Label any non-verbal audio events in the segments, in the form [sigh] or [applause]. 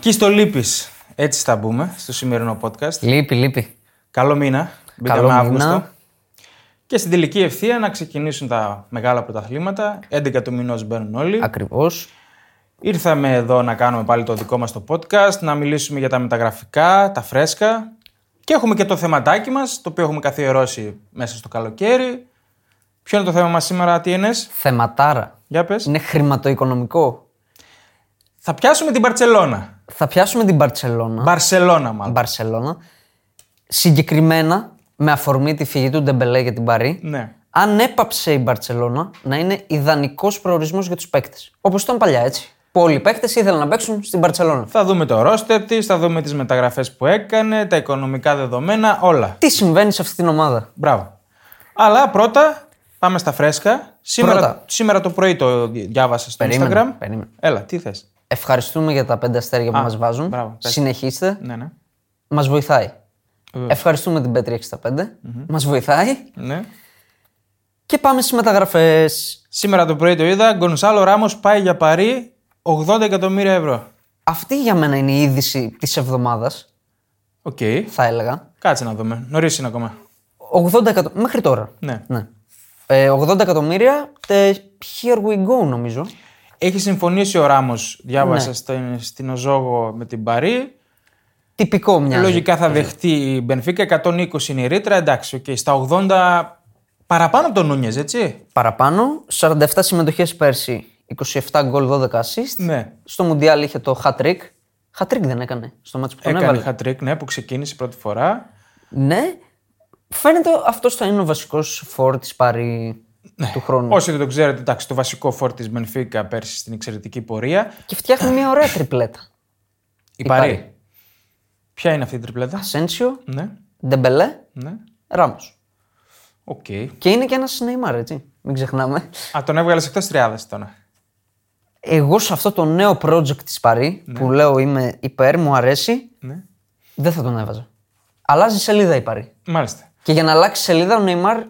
στο λείπει. Έτσι θα μπούμε στο σημερινό podcast. Λείπει, λείπει. Καλό μήνα. Μπήκαμε Καλό μήνα. Αύγουστο. Και στην τελική ευθεία να ξεκινήσουν τα μεγάλα πρωταθλήματα. 11 του μηνός μπαίνουν όλοι. Ακριβώς. Ήρθαμε εδώ να κάνουμε πάλι το δικό μας το podcast, να μιλήσουμε για τα μεταγραφικά, τα φρέσκα. Και έχουμε και το θεματάκι μας, το οποίο έχουμε καθιερώσει μέσα στο καλοκαίρι. Ποιο είναι το θέμα μας σήμερα, τι είναι, Θεματάρα. για πες. Είναι χρηματοοικονομικό. Θα πιάσουμε την Μπαρσελόνα. Θα πιάσουμε την Μπαρσελόνα. Μπαρσελόνα, μάλλον. Μπαρσελόνα. Συγκεκριμένα με αφορμή τη φυγή του Ντεμπελέ για την Παρή. Ναι. Αν έπαψε η Μπαρσελόνα να είναι ιδανικός προορισμός για τους παίκτες. Όπως ήταν παλιά, έτσι. Που όλοι οι παίκτες ήθελαν να παίξουν στην Μπαρσελόνα. Θα δούμε το ρόστερ της, θα δούμε τις μεταγραφές που έκανε, τα οικονομικά δεδομένα, όλα. Τι συμβαίνει σε αυτή την ομάδα. Μπράβο. Αλλά πρώτα πάμε στα φρέσκα. Σήμερα, Πρώτα. σήμερα το πρωί το διάβασα στο Περίμενε, Instagram. περίμενε. Έλα, τι θες. Ευχαριστούμε για τα πέντε αστέρια που μας βάζουν. μπράβο, πες. Συνεχίστε. Ναι, ναι. Μας βοηθάει. Ευχαριστούμε την Πέτρη 65. Μας βοηθάει. ναι. Και πάμε στις μεταγραφές. Σήμερα το πρωί το είδα. Γκονσάλο Ράμος πάει για Παρή 80 εκατομμύρια ευρώ. Αυτή για μένα είναι η είδηση της εβδομάδας, Οκ. θα έλεγα. Κάτσε να δούμε. Νωρίς είναι ακόμα. 80 εκατο... Μέχρι τώρα. Ναι. Ναι. Ε, 80 εκατομμύρια. τε- Here we go, νομίζω. Έχει συμφωνήσει ο Ράμος, διάβασα Ναι. στην, στην Οζόγο με την Παρή. Τυπικό μοιάζει. Λογικά θα δεχτεί η Μπενφίκα 120 είναι η ρήτρα. Εντάξει, οκ. Στα 80 παραπάνω από τον Νούνιες, έτσι. Παραπάνω. 47 συμμετοχές πέρσι. 27 γκολ, 12 assist. Ναι. Στο Μουντιάλ είχε το hat-trick. Hat-trick δεν έκανε στο μάτσο που τον Έκανε έβαλε. χατρίκ, ναι, που ξεκίνησε πρώτη φορά. Ναι. Φαίνεται αυτό θα είναι ο βασικός φόρ της Παρή του χρόνου. Όσοι δεν το ξέρετε, εντάξει, το βασικό φόρ της Μπενφίκα πέρσι στην εξαιρετική πορεία. Και φτιάχνει μια ωραία τριπλέτα. Η Παρή. Παρή. Ποια είναι αυτή η τριπλέτα. Ασένσιο, Ναι, Ντεμπελέ, ναι. Ράμος. Οκ. Και είναι και ένας Νεϊμάρ, έτσι. Μην ξεχνάμε. Α, τον έβγαλες εκτός τριάδας τώρα. Εγώ σε αυτό το νέο project της Παρή που λέω είμαι υπέρ, μου αρέσει, Ναι. δεν θα τον έβαζα. Αλλάζει σελίδα η Παρή. Μάλιστα. Και για να αλλάξει σελίδα, ο Νεϊμάρ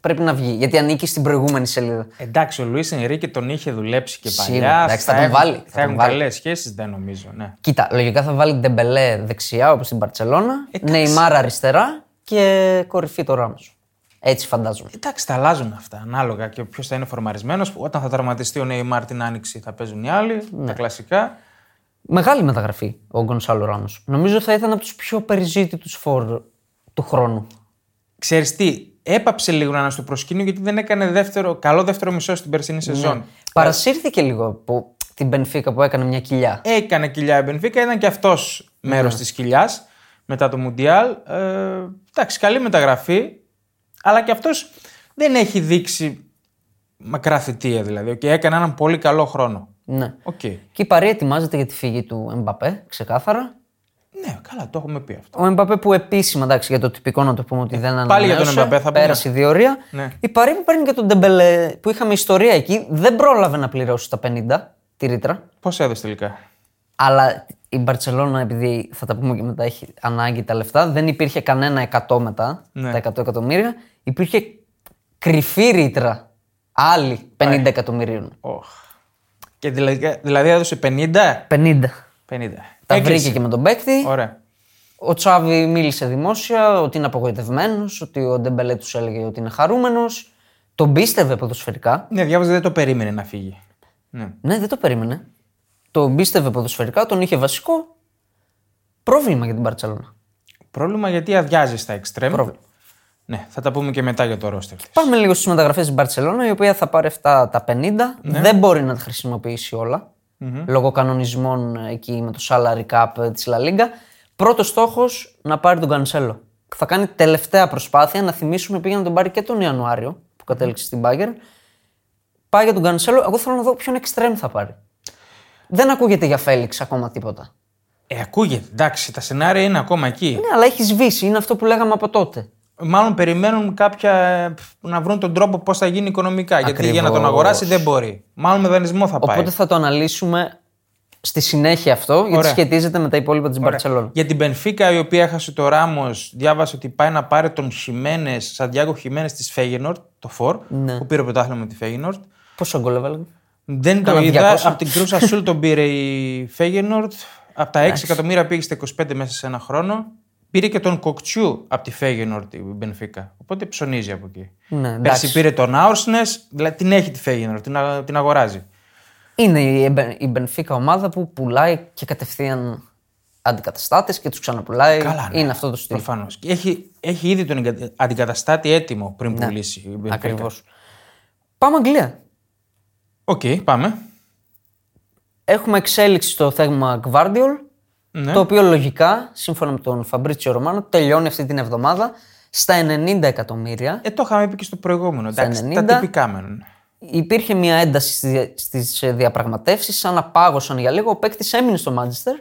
πρέπει να βγει. Γιατί ανήκει στην προηγούμενη σελίδα. Εντάξει, ο Λουίς Ενρίκε τον είχε δουλέψει και Σίγουρα, παλιά. εντάξει, θα τον έχουν- βάλει, θα Θα τον έχουν βάλει. καλές σχέσεις, δεν νομίζω. Ναι. Κοίτα, λογικά θα βάλει Ντεμπελέ δεξιά όπως στην Παρσελώνα, Νεϊμάρ αριστερά και κορυφή το Ράμος. Έτσι φαντάζομαι. Εντάξει, θα αλλάζουν αυτά ανάλογα και ποιος θα είναι φορμαρισμένος. Όταν θα τραυματιστεί ο Νέιμαρ την άνοιξη θα παίζουν οι άλλοι. Τα κλασικά. Μεγάλη μεταγραφή ο Γκονσάλο Ράμος. Νομίζω θα ήταν από τους πιο περιζήτητους φόρ του χρόνου. Ξέρεις τι, έπαψε λίγο να είναι στο προσκήνιο γιατί δεν έκανε δεύτερο, καλό δεύτερο μισό στην περσινή σεζόν. Παρασύρθηκε λίγο από την Μπενφίκα που έκανε μια κοιλιά. Έκανε κοιλιά η Μπενφίκα, ήταν και αυτός μέρος της κοιλιάς μετά το Μουντιάλ. Ε, εντάξει, καλή μεταγραφή, αλλά και αυτός δεν έχει δείξει μακρά θητεία δηλαδή. Και έκανε έναν πολύ καλό χρόνο. Ναι. Οκ. Και η Παρή ετοιμάζεται για τη φύγη του Εμπαπέ, ξεκάθαρα. Ναι, καλά, το έχουμε πει αυτό. Ο Εμπαπέ που επίσημα, εντάξει, για το τυπικό να το πούμε ότι δεν ανανέωσε. Ε, πάλι για τον Εμπαπέ θα πούμε. Πέρασε η διορία. Ναι. Η Παρή που παίρνει και τον Ντεμπελέ που είχαμε ιστορία εκεί, δεν πρόλαβε να πληρώσει τα 50 τη ρήτρα. Πώς έδωσε τελικά. Αλλά η Μπαρσελόνα, επειδή θα τα πούμε και μετά, έχει ανάγκη τα λεφτά, δεν υπήρχε κανένα 100 μετά, Ναι. τα 100 εκατομμύρια. Υπήρχε κρυφή ρήτρα άλλη 50 εκατομμυρίων. Οχ. Και δηλαδή, δηλαδή έδωσε 50. 50. 50. Τα Έκλεισε. βρήκε και με τον παίκτη. Ωραία. Ο Τσάβη μίλησε δημόσια ότι είναι απογοητευμένος, ότι ο Ντεμπελέ τους έλεγε ότι είναι χαρούμενος. Τον πίστευε ποδοσφαιρικά. Ναι, διάβαζα δεν το περίμενε να φύγει. Ναι. Ναι, δεν το περίμενε. Τον πίστευε ποδοσφαιρικά, τον είχε βασικό. Πρόβλημα για την Μπαρσελόνα. Πρόβλημα γιατί αδειάζει στα εξτρέμ. Πρόβλημα. Ναι, θα τα πούμε και μετά για το ρόστερ της. Πάμε λίγο στις μεταγραφές της Μπαρσελόνα, η οποία θα πάρει αυτά τα 50. Ναι. Δεν μπορεί να τα χρησιμοποιήσει όλα, Λόγω κανονισμών ε, εκεί με το salary cap της La Liga. Πρώτος στόχος να πάρει τον Κανσέλο. Θα κάνει τελευταία προσπάθεια να θυμίσουμε πήγε να τον πάρει και τον Ιανουάριο που κατέληξε στην Bayern. Πάει για τον Κανσέλο. Εγώ θέλω να δω ποιον extreme θα πάρει. Δεν ακούγεται για Φέληξ ακόμα τίποτα. Ε, ακούγεται, εντάξει, τα σενάρια είναι ακόμα εκεί. Ναι, αλλά έχεις σβήσει. Είναι αυτό που λέγαμε από τότε. Μάλλον περιμένουν κάποια ε, πφ, να βρουν τον τρόπο πώς θα γίνει οικονομικά. Γιατί για να τον Ακριβώς. αγοράσει δεν μπορεί. Μάλλον με δανεισμό θα πάει. Οπότε θα το αναλύσουμε στη συνέχεια αυτό, γιατί Ωραία. σχετίζεται με τα υπόλοιπα της Μπαρσελόνα. Για την Πενφίκα, η οποία έχασε το Ράμο, διάβασε ότι πάει να πάρει τον Χιμένες, Σαντιάγο Χιμένες της Φέγενορτ, το Φορ, Ναι. που πήρε πρωτάθλημα με τη Φέγενορτ. Πόσο γκολ έβαλε. Δεν το Κάνα είδα. 200. Από την Κρούσα Σούλ τον πήρε η Φέγενορτ. Από τα 6 εκατομμύρια πήγε στα 25 μέσα σε ένα χρόνο. Πήρε και τον Κοκτσιού από τη Φέγενορτ η Μπενφίκα. Οπότε ψωνίζει από εκεί. Ναι, Πέρσι εντάξει. πήρε τον Άουρσνε, δηλαδή την έχει τη Φέγενορτ, την, α- την αγοράζει. Είναι η, Εμπε- η Μπενφίκα ομάδα που πουλάει και κατευθείαν αντικαταστάτες και τους ξαναπουλάει. Καλά, ναι. Είναι αυτό το στυλ. Προφανώς. Έχει, έχει ήδη τον εγκατα- αντικαταστάτη έτοιμο πριν Ναι. πουλήσει η Μπενφίκα. Ακριβώς. Πάμε Αγγλία. Οκ, πάμε. Έχουμε εξέλιξη στο θέμα Γκβάρντιολ. Ναι. Το οποίο λογικά, σύμφωνα με τον Φαμπρίτσιο Ρωμάνο, τελειώνει αυτή την εβδομάδα στα 90 εκατομμύρια. Ε, το είχαμε πει και στο προηγούμενο. Εντάξει, 90. Τα τυπικά μένουν. Υπήρχε μια ένταση στις διαπραγματεύσει, ε, σαν να πάγωσαν για λίγο. Ο παίκτης έμεινε στο μαντσεστερ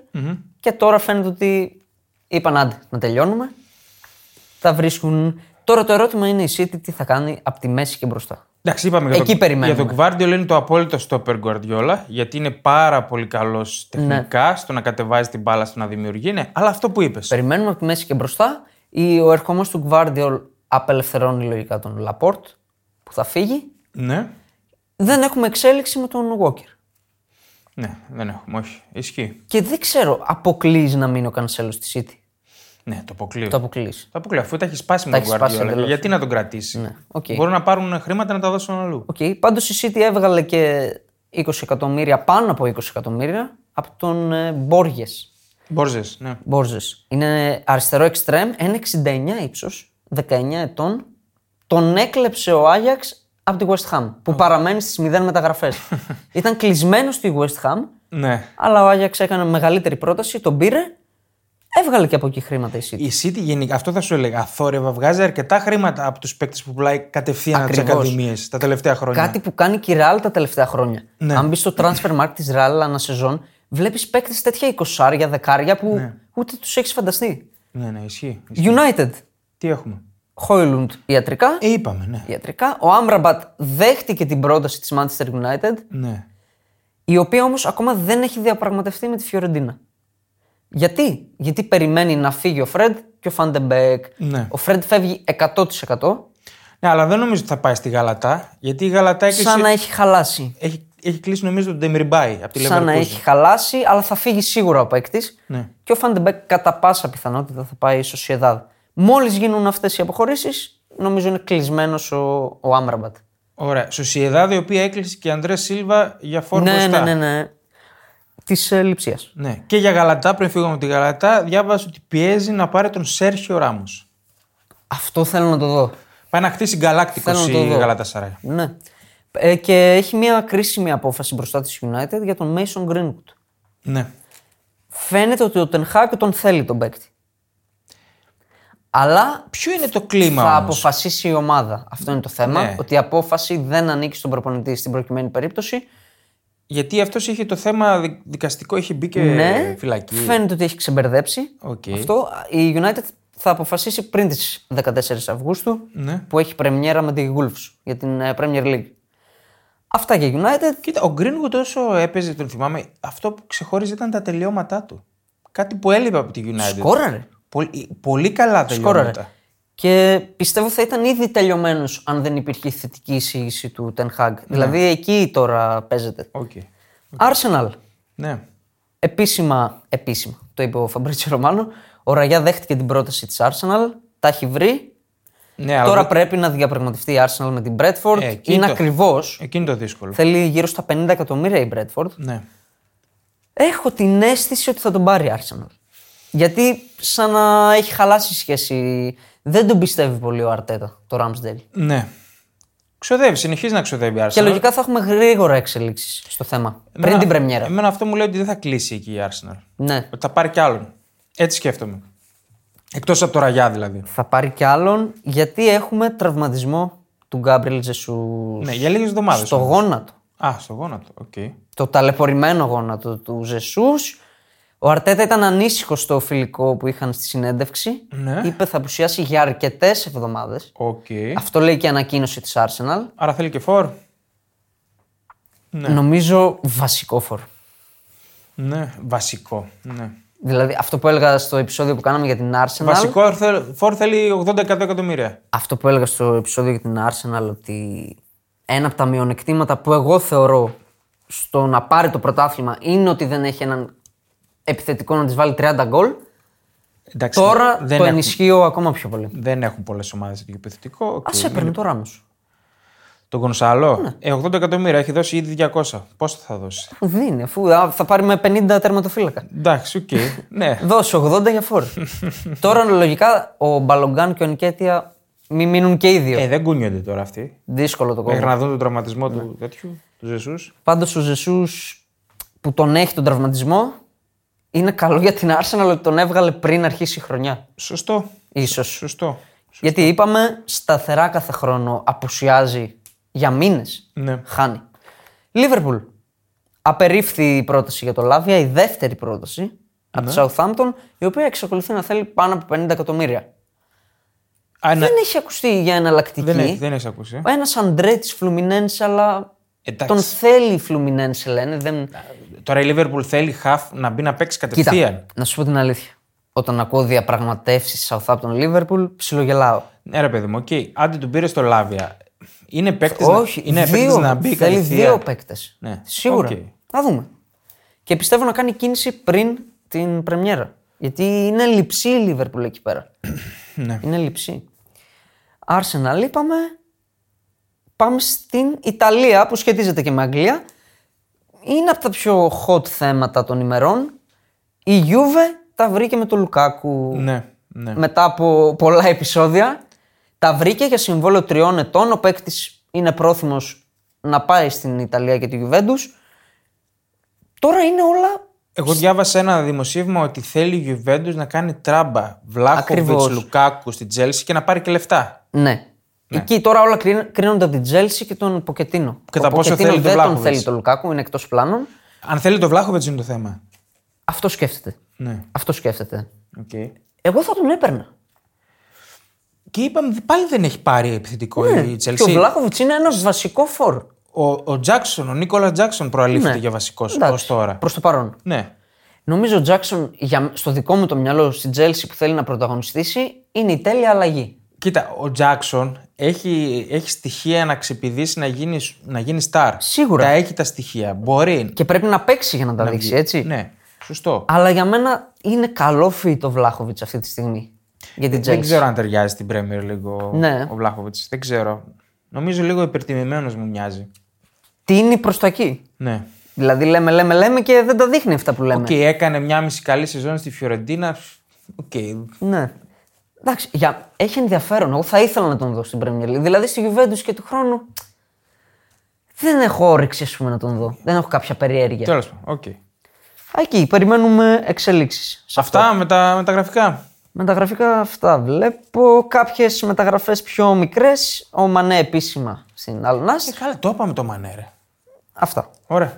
και τώρα φαίνεται ότι είπαν άντε να τελειώνουμε. Τα βρίσκουν. Τώρα το ερώτημα είναι η City τι θα κάνει από τη μέση και μπροστά. Εντάξει, είπαμε για Εκεί τον- περιμένουμε. για τον Γκβάρντιολ είναι το απόλυτο στόπερ Γκουαρδιόλα, γιατί είναι πάρα πολύ καλός Ναι. τεχνικά στο να κατεβάζει την μπάλα, στο να δημιουργεί. Ναι, αλλά αυτό που είπες. Περιμένουμε από τη μέση και μπροστά. Η- Ο ερχομό του Γκβάρντιολ απελευθερώνει λογικά τον Λαπόρτ που θα φύγει. Ναι. Δεν έχουμε εξέλιξη με τον Walker. ναι, δεν έχουμε, όχι. Ισχύει. Και δεν ξέρω, αποκλείεις να μείνει ο Κανσέλος στη City. Ναι, το αποκλείω. Το Το, αποκλείει. αποκλείω, αφού τα έχεις σπάσει Τα με τον έχεις σπάσει Γκουαρδιόλα. εντελώς. Γιατί να τον κρατήσει. Ναι, οκ. Μπορούν να πάρουν χρήματα να τα δώσουν αλλού. Okay. Πάντως η City έβγαλε και 20 εκατομμύρια, πάνω από 20 εκατομμύρια, από τον Μπόργε. Μπόρζε, ναι. Μπόρζε. Είναι αριστερό εξτρέμ, 1,69 ύψο, 19 ετών. Τον έκλεψε ο Άγιαξ από τη West Ham, που παραμένει στις 0 μεταγραφές. Ήταν κλεισμένο στη West Ham, ναι. αλλά ο Άγιαξ έκανε μεγαλύτερη πρόταση, τον πήρε, έβγαλε και από εκεί χρήματα η City. Η City γενικά, αυτό θα σου έλεγα, αθόρυβα βγάζει αρκετά χρήματα από τους παίκτες που πουλάει κατευθείαν από τις Ακριβώς. ακαδημίες τα τελευταία χρόνια. Κάτι που κάνει και η Real τα τελευταία χρόνια. Ναι. Αν μπεις στο transfer market της Real ανά σεζόν, βλέπεις παίκτες τέτοια εικοσάρια, δεκάρια που ούτε τους έχεις φανταστεί. Ναι, ναι, ισχύει. ισχύει. United. Τι έχουμε. Χόιλουντ ιατρικά. Ε, είπαμε, ναι. ιατρικά. Ο Άμραμπατ δέχτηκε την πρόταση της Manchester United, ναι. η οποία όμως ακόμα δεν έχει διαπραγματευτεί με τη Φιωρεντίνα. Γιατί? Γιατί περιμένει να φύγει ο Φρεντ και ο Φαντεμπέκ. Ναι. Ο Φρεντ φεύγει 100% Ναι, αλλά δεν νομίζω ότι θα πάει στη Γαλατά. Γιατί η Γαλατά έκλεισε. σαν να έχει χαλάσει. Έχει, έχει κλείσει νομίζω τον Ντεμιρμπάη από τη σαν να Leverkusen. έχει χαλάσει, αλλά θα φύγει σίγουρα ο παίκτης. Ναι. Και ο Φαντεμπέκ κατά πάσα πιθανότητα θα πάει στο Σοσιαδάδ. Μόλις γίνουν αυτές οι αποχωρήσεις, νομίζω είναι κλεισμένος ο, ο Άμραμπατ. Ωραία. Σοσιεδάδη, η οποία έκλεισε και Αντρέ Σίλβα για φόρ Ναι, ναι, μπροστά. ναι, ναι. Της ε, λειψίας. Ναι. Και για Γαλατά, πριν φύγουμε από τη Γαλατά, διάβασα ότι πιέζει να πάρει τον Σέρχιο Ράμος. Αυτό θέλω να το δω. Πάει να χτίσει γκαλάκτικος Θέλω να η το δω. Γαλατά Σαράι. Ναι. Ε, και έχει μια κρίσιμη απόφαση μπροστά της United για τον Mason Greenwood. Ναι. Φαίνεται ότι ο Τενχάκ τον θέλει τον παίκτη. Αλλά Ποιο είναι το κλίμα Θα όμως? αποφασίσει η ομάδα. Αυτό είναι το θέμα. Ναι. Ότι η απόφαση δεν ανήκει στον προπονητή στην προκειμένη περίπτωση. Γιατί αυτός είχε το θέμα δι- δικαστικό, είχε μπει και ναι, Ε, φυλακή. Ε. φαίνεται ότι έχει ξεμπερδέψει. Οκ. Αυτό η United θα αποφασίσει πριν τις 14 Αυγούστου Ναι. που έχει πρεμιέρα με τη Wolves για την ε, Premier League. Αυτά για United. Κοίτα, ο Greenwood όσο έπαιζε, τον θυμάμαι, αυτό που ξεχώριζε ήταν τα τελειώματά του. Κάτι που έλειπε από τη United. Σκόραρε. Πολύ, πολύ καλά Σκόραρε. τελειώματα. Και πιστεύω θα ήταν ήδη τελειωμένος αν δεν υπήρχε η θετική εισήγηση του Ten Hag. Ναι. Δηλαδή εκεί τώρα παίζεται. Οκ. Arsenal. Ναι. Επίσημα, επίσημα, το είπε ο Φαμπρίτσιο Ρωμάνο, ο Ραγιά δέχτηκε την πρόταση της Arsenal, τα έχει βρει. ναι αλλά Τώρα δεν- πρέπει να διαπραγματευτεί η Arsenal με την Bradford. Ε, εκεί Είναι το- ακριβώς, Εκεί είναι το δύσκολο. Θέλει γύρω στα 50 εκατομμύρια η Bradford. Ναι. Έχω την αίσθηση ότι θα τον πάρει η Arsenal. Γιατί σαν να έχει χαλάσει η σχέση. Δεν τον πιστεύει πολύ ο Αρτέτα, το Ramsdale. ναι. Ξοδεύει, συνεχίζει να ξοδεύει η Arsenal. Και λογικά θα έχουμε γρήγορα εξελίξεις στο θέμα. Πριν την Πρεμιέρα. Εμένα αυτό μου λέει ότι δεν θα κλείσει εκεί η Arsenal. Ναι. Ότι θα πάρει κι άλλον. Έτσι σκέφτομαι. Εκτός από το ραγιά δηλαδή. Θα πάρει κι άλλον γιατί έχουμε τραυματισμό του Γκάμπριλ Ζεσούς Ναι, για λίγες εβδομάδες. στο γόνατο. Α, στο γόνατο. Οκ. Το ταλαιπωρημένο γόνατο του Ζεσούς. Ο Αρτέτα ήταν ανήσυχος στο φιλικό που είχαν στη συνέντευξη. Ναι. Είπε θα απουσιάσει για αρκετές εβδομάδες. Οκ. Αυτό λέει και η ανακοίνωση της Arsenal. Άρα θέλει και φορ. Νομίζω βασικό φορ. Ναι, βασικό. Ναι. Δηλαδή αυτό που έλεγα στο επεισόδιο που κάναμε για την Arsenal. Βασικό θε- φορ θέλει 80 εκατομμύρια. Αυτό που έλεγα στο επεισόδιο για την Arsenal ότι ένα από τα μειονεκτήματα που εγώ θεωρώ στο να πάρει το πρωτάθλημα είναι ότι δεν έχει έναν επιθετικό να της βάλει 30 γκολ. Εντάξει, Τώρα δεν το έχουν- ενισχύω ακόμα πιο πολύ. Δεν έχουν πολλές ομάδες εκεί επιθετικό. Οκ. Α έπαιρνε το Ράμος. Τον Γκονσάλο, Ναι. ε, 80 εκατομμύρια έχει δώσει ήδη 200. Πόσο θα δώσει. Δίνει, αφού α, θα πάρει με 50 τερματοφύλακα. Εντάξει, [laughs] οκ. ναι. Δώσε 80 για [laughs] φόρ. Τώρα λογικά ο Μπαλογκάν και ο Νικέτια μη μείνουν και οι δύο. Ε, δεν κούνιονται τώρα αυτοί. Δύσκολο το κόμμα. Μέχρι να δουν τον τραυματισμό Ναι. του τέτοιου, του Ζεσούς. Πάντως ο Ζεσούς που τον έχει τον τραυματισμό είναι καλό για την Arsenal ότι τον έβγαλε πριν αρχίσει η χρονιά. Σωστό. Ίσως. Σωστό. Γιατί είπαμε σταθερά κάθε χρόνο απουσιάζει για μήνες. Ναι. Χάνει. Λίβερπουλ. Απερίφθη η πρόταση για το Λάβια, η δεύτερη πρόταση από Ναι. τη Southampton, η οποία εξακολουθεί να θέλει πάνω από 50 εκατομμύρια. Α, ναι. Δεν έχει ακουστεί για εναλλακτική. Δεν, έχει, δεν έχεις ακούσει. ε. Ο ένας Αντρέ τη Φλουμινένse, αλλά Εντάξει. Ναι. τον θέλει η Φλουμινένse, λένε. Δεν... Τώρα η Liverpool θέλει half να μπει να παίξει Κοίτα, κατευθείαν. να σου πω την αλήθεια. Όταν ακούω διαπραγματεύσεις Southampton Liverpool, ψιλογελάω. Ναι, ρε παιδί μου, οκ. Άντε του πήρε στο Λάβια. Είναι παίκτης Όχι, να, είναι παίκτης δύο, να μπει θέλει κατευθείαν. δύο παίκτες. Ναι, Σίγουρα. οκ. Θα δούμε. Και πιστεύω να κάνει κίνηση πριν την Πρεμιέρα. Γιατί είναι λυψή η Λίβερπουλ εκεί πέρα. [clears throat] Ναι. Είναι λυψή. Arsenal είπαμε. Πάμε στην Ιταλία που σχετίζεται και με Αγγλία. Είναι από τα πιο hot θέματα των ημερών. Η Juve τα βρήκε με τον Λουκάκου Ναι, ναι. μετά από πολλά επεισόδια. Τα βρήκε για συμβόλαιο τριών ετών. Ο παίκτης είναι πρόθυμος να πάει στην Ιταλία και τη Γιουβέντους. Τώρα είναι όλα. Εγώ διάβασα ένα δημοσίευμα ότι θέλει η Juventus να κάνει τράμπα Βλάχοβιτ Ακριβώς. Λουκάκου στην Τζέλση και να πάρει και λεφτά. Ναι. Εκεί τώρα όλα κρίνουν- κρίνονται από την Τζέλση και τον Ποκετίνο. Κατά ο πόσο Ποκετίνο θέλει τον δεν τον Βλάχοβιτς. θέλει τον Λουκάκου, είναι εκτός πλάνων. Αν θέλει το Βλάχοβιτ είναι το θέμα. Αυτό σκέφτεται. Ναι. Αυτό σκέφτεται. Okay. Εγώ θα τον έπαιρνα. Και είπαμε πάλι δεν έχει πάρει επιθετικό η Ναι. Και ο Τζέλση. Βλάχοβιτ είναι ένας βασικό φόρ. Ο, ο Τζάξον, ο Νίκολα Τζάξον Ναι. προαλήφθηκε για βασικός ως τώρα. Προς το παρόν. Ναι. Νομίζω ο Τζάξον για, στο δικό μου το μυαλό στην Τζέλση που θέλει να πρωταγωνιστήσει είναι η τέλεια αλλαγή. Κοίτα, ο Τζάξον έχει, έχει στοιχεία να ξεπηδήσει να γίνει, να γίνει star. Σίγουρα. Τα έχει τα στοιχεία. Μπορεί. Και πρέπει να παίξει για να τα δείξει, έτσι. Ναι, σωστό. Αλλά για μένα είναι καλό φύτο ο Βλάχοβιτ αυτή τη στιγμή για την Ε, Δεν Τζέλση. ξέρω αν ταιριάζει στην Premier League ο, Ναι. ο Βλάχοβιτ. Δεν ξέρω. Νομίζω λίγο υπερτιμημένος μου μοιάζει. Τίνει προ τα εκεί. Ναι. Δηλαδή λέμε, λέμε, λέμε και δεν τα δείχνει αυτά που λέμε. Και έκανε μια μισή καλή σεζόν στη Φιωρεντίνα. Οκ. Ναι. Εντάξει, για... έχει ενδιαφέρον. Εγώ θα ήθελα να τον δω στην Premier League. Δηλαδή στη Juventus και του χρόνου. Δεν έχω όρεξη, ας πούμε, να τον δω. Δεν έχω κάποια περιέργεια. Τέλος πάντων. οκ. Εκεί περιμένουμε εξελίξεις. Αυτά με τα, με τα γραφικά. Με τα γραφικά αυτά βλέπω. Κάποιες μεταγραφές πιο μικρές. Ο Μανέ επίσημα στην Αλνάς. Ε, καλά, το είπαμε το μανέρε. Αυτά. Ωραία.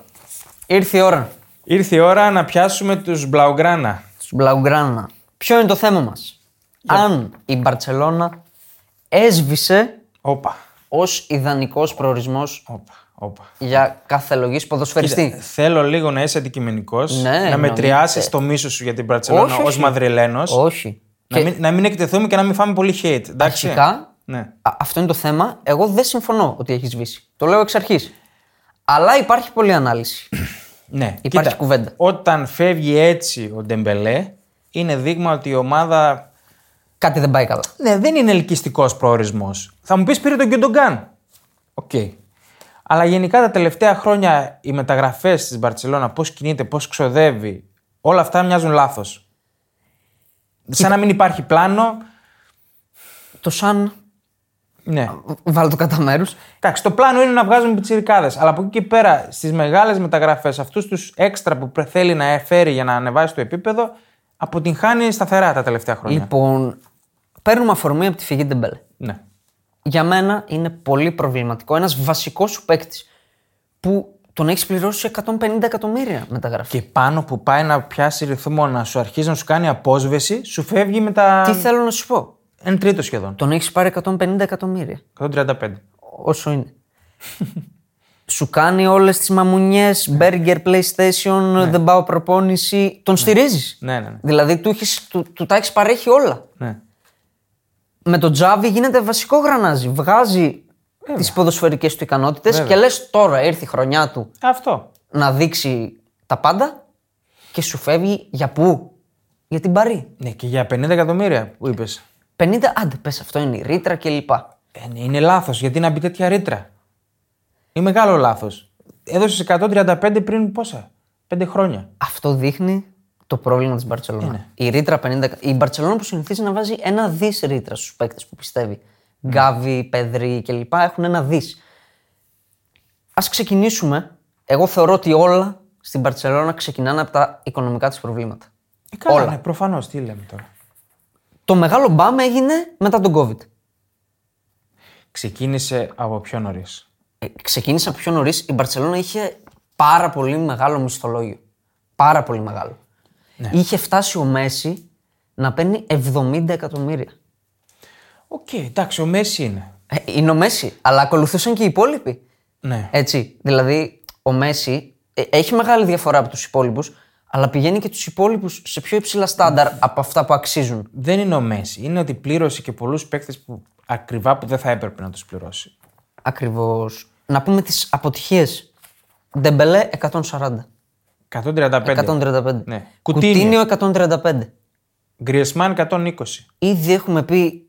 ήρθε η ώρα Ήρθε η ώρα να πιάσουμε τους Μπλαουγκράνα. στου Μπλαουγκράνα. Ποιο είναι το θέμα μας, Αν η Μπαρσελόνα έσβησε Όπα. ως ιδανικός προορισμός Όπα. Όπα. για κάθε λογής ποδοσφαιριστή. Θέλω λίγο να είσαι αντικειμενικός, Ναι, να εννοείται. μετριάσεις το μίσος σου για την Μπαρσελόνα Όχι, ως όχι. Μαδριλένος. Όχι. Να, μην, να μην εκτεθούμε και να μην φάμε πολύ hate. Εντάξει. Αρχικά, Ναι. α- αυτό είναι το θέμα. Εγώ δεν συμφωνώ ότι έχεις σβήσει. Το λέω εξ αρχής. Αλλά υπάρχει πολλή ανάλυση. Ναι, Υπάρχει κουβέντα. Όταν φεύγει έτσι ο Ντεμπελέ, είναι δείγμα ότι η ομάδα. Κάτι δεν πάει καλά. Ναι, δεν είναι ελκυστικός προορισμός. Θα μου πεις πήρε τον Κιοντογκάν. Οκ. Αλλά γενικά τα τελευταία χρόνια οι μεταγραφές της Μπαρσελόνα, πώς κινείται, πώς ξοδεύει, όλα αυτά μοιάζουν λάθος. Σαν να μην υπάρχει πλάνο. Το Σαν Ναι. Βάλω το κατά μέρους. Εντάξει, το πλάνο είναι να βγάζουμε πιτσιρικάδες. Αλλά από εκεί και πέρα, στις μεγάλες μεταγραφές, αυτούς τους έξτρα που πρε- θέλει να φέρει για να ανεβάσει το επίπεδο, αποτυγχάνει σταθερά τα τελευταία χρόνια. Λοιπόν, παίρνουμε αφορμή από τη φυγή Ντεμπέλε. Ναι. Για μένα είναι πολύ προβληματικό. Ένας βασικός σου παίκτης που τον έχεις πληρώσει 150 εκατομμύρια μεταγραφή. Και πάνω που πάει να πιάσει ρυθμό, να σου αρχίζει να σου κάνει απόσβεση, σου φεύγει με τα. Τι θέλω να σου πω. Εν τρίτο σχεδόν. Τον έχεις πάρει 150 εκατομμύρια. 135. Όσο είναι. σου κάνει όλες τις μαμουνιές, burger, PlayStation, δεν πάω προπόνηση. Τον στηρίζεις. Ναι, ναι, ναι. Δηλαδή του, έχεις, του, του τα έχεις παρέχει όλα. ναι. Με τον Τζάβι γίνεται βασικό γρανάζι. Βγάζει τις ποδοσφαιρικές του ικανότητες και λες τώρα ήρθε η χρονιά του Αυτό. να δείξει τα πάντα και σου φεύγει για πού. Για την Παρή. Ναι, και για 50 εκατομμύρια που είπες. 50, άντε πες αυτό είναι η ρήτρα κλπ. Ε, ναι, είναι λάθος. Γιατί να μπει τέτοια ρήτρα. Είναι μεγάλο λάθος. Έδωσε 135 πριν πόσα. 5 χρόνια. Αυτό δείχνει το πρόβλημα της Μπαρτσελώνα. Η ρήτρα 50... Η Μπαρτσελώνα που συνηθίζει να βάζει ένα δις ρήτρα στους παίκτες που πιστεύει. Γκάβι, Πεδρή κλπ. έχουν ένα δις. Ας ξεκινήσουμε. Εγώ θεωρώ ότι όλα στην Μπαρτσελώνα ξεκινάνε από τα οικονομικά της προβλήματα. Ε, καλά, Όλα. ναι, προφανώς. Τι λέμε τώρα. Το μεγάλο μπαμ έγινε μετά τον COVID. Ξεκίνησε από πιο νωρίς. Ε, ξεκίνησε από πιο νωρίς. Η Μπαρσελόνα είχε πάρα πολύ μεγάλο μισθολόγιο. Πάρα πολύ μεγάλο. Είχε φτάσει ο Μέση να παίρνει 70 εκατομμύρια. Οκ, εντάξει, ο Μέση είναι. Ε, είναι ο Μέση, αλλά ακολουθούσαν και οι υπόλοιποι. Ναι. Έτσι. Δηλαδή, ο Μέση ε, έχει μεγάλη διαφορά από τους υπόλοιπους, αλλά πηγαίνει και τους υπόλοιπους σε πιο υψηλά στάνταρ από αυτά που αξίζουν. δεν είναι ο Μέση. Είναι ότι πλήρωσε και πολλούς παίκτες που ακριβά που δεν θα έπρεπε να τους πληρώσει. Ακριβώς. Να πούμε τις αποτυχίες. Ντεμπελέ 140. 135. 135. Ναι. Κουτίνιο 135. Γκριεσμάν 120. Ήδη έχουμε πει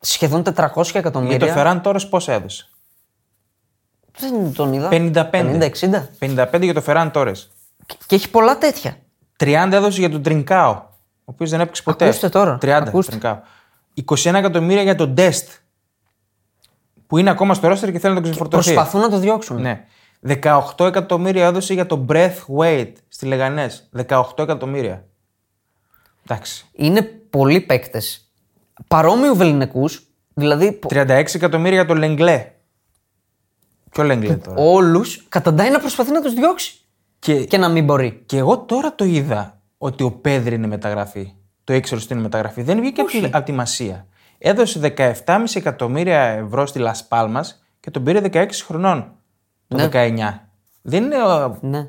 σχεδόν 400 Για εκατομμύρια. το Φεράν τώρα πόσα έδωσε. Δεν τον είδα. 55. 50-60. 55 για το Φεράν Τόρες. Και- Και έχει πολλά τέτοια. 30 έδωσε για τον Τρινκάο, ο οποίος δεν έπαιξε ποτέ. Ακούστε τώρα, 30 ακούστε. Τρινκάο. 21 εκατομμύρια για τον Τεστ. Που είναι ακόμα στο ρόστερ και θέλει να τον ξεφορτωθεί. Προσπαθούν να το διώξουν. Ναι. 18 εκατομμύρια έδωσε για τον Breath Weight στη Λεγανές. 18 εκατομμύρια. Εντάξει. Είναι πολλοί παίκτες. Παρόμοιου βεληνικού, δηλαδή πο- 36 εκατομμύρια για τον Λεγκλέ. Ποιο Λεγκλέ τώρα. όλους, καταντάει να προσπαθεί να τους διώξει. Και, Και να μην μπορεί. και εγώ τώρα το είδα ότι ο Πέδρη είναι μεταγραφή. Το ήξερε ότι είναι μεταγραφή. Δεν βγήκε από τη, απ' τη Μασία. Έδωσε 17,5 εκατομμύρια ευρώ στη Λας Πάλμας και τον πήρε 16 χρονών. Το 19. Δεν είναι ε, Ναι.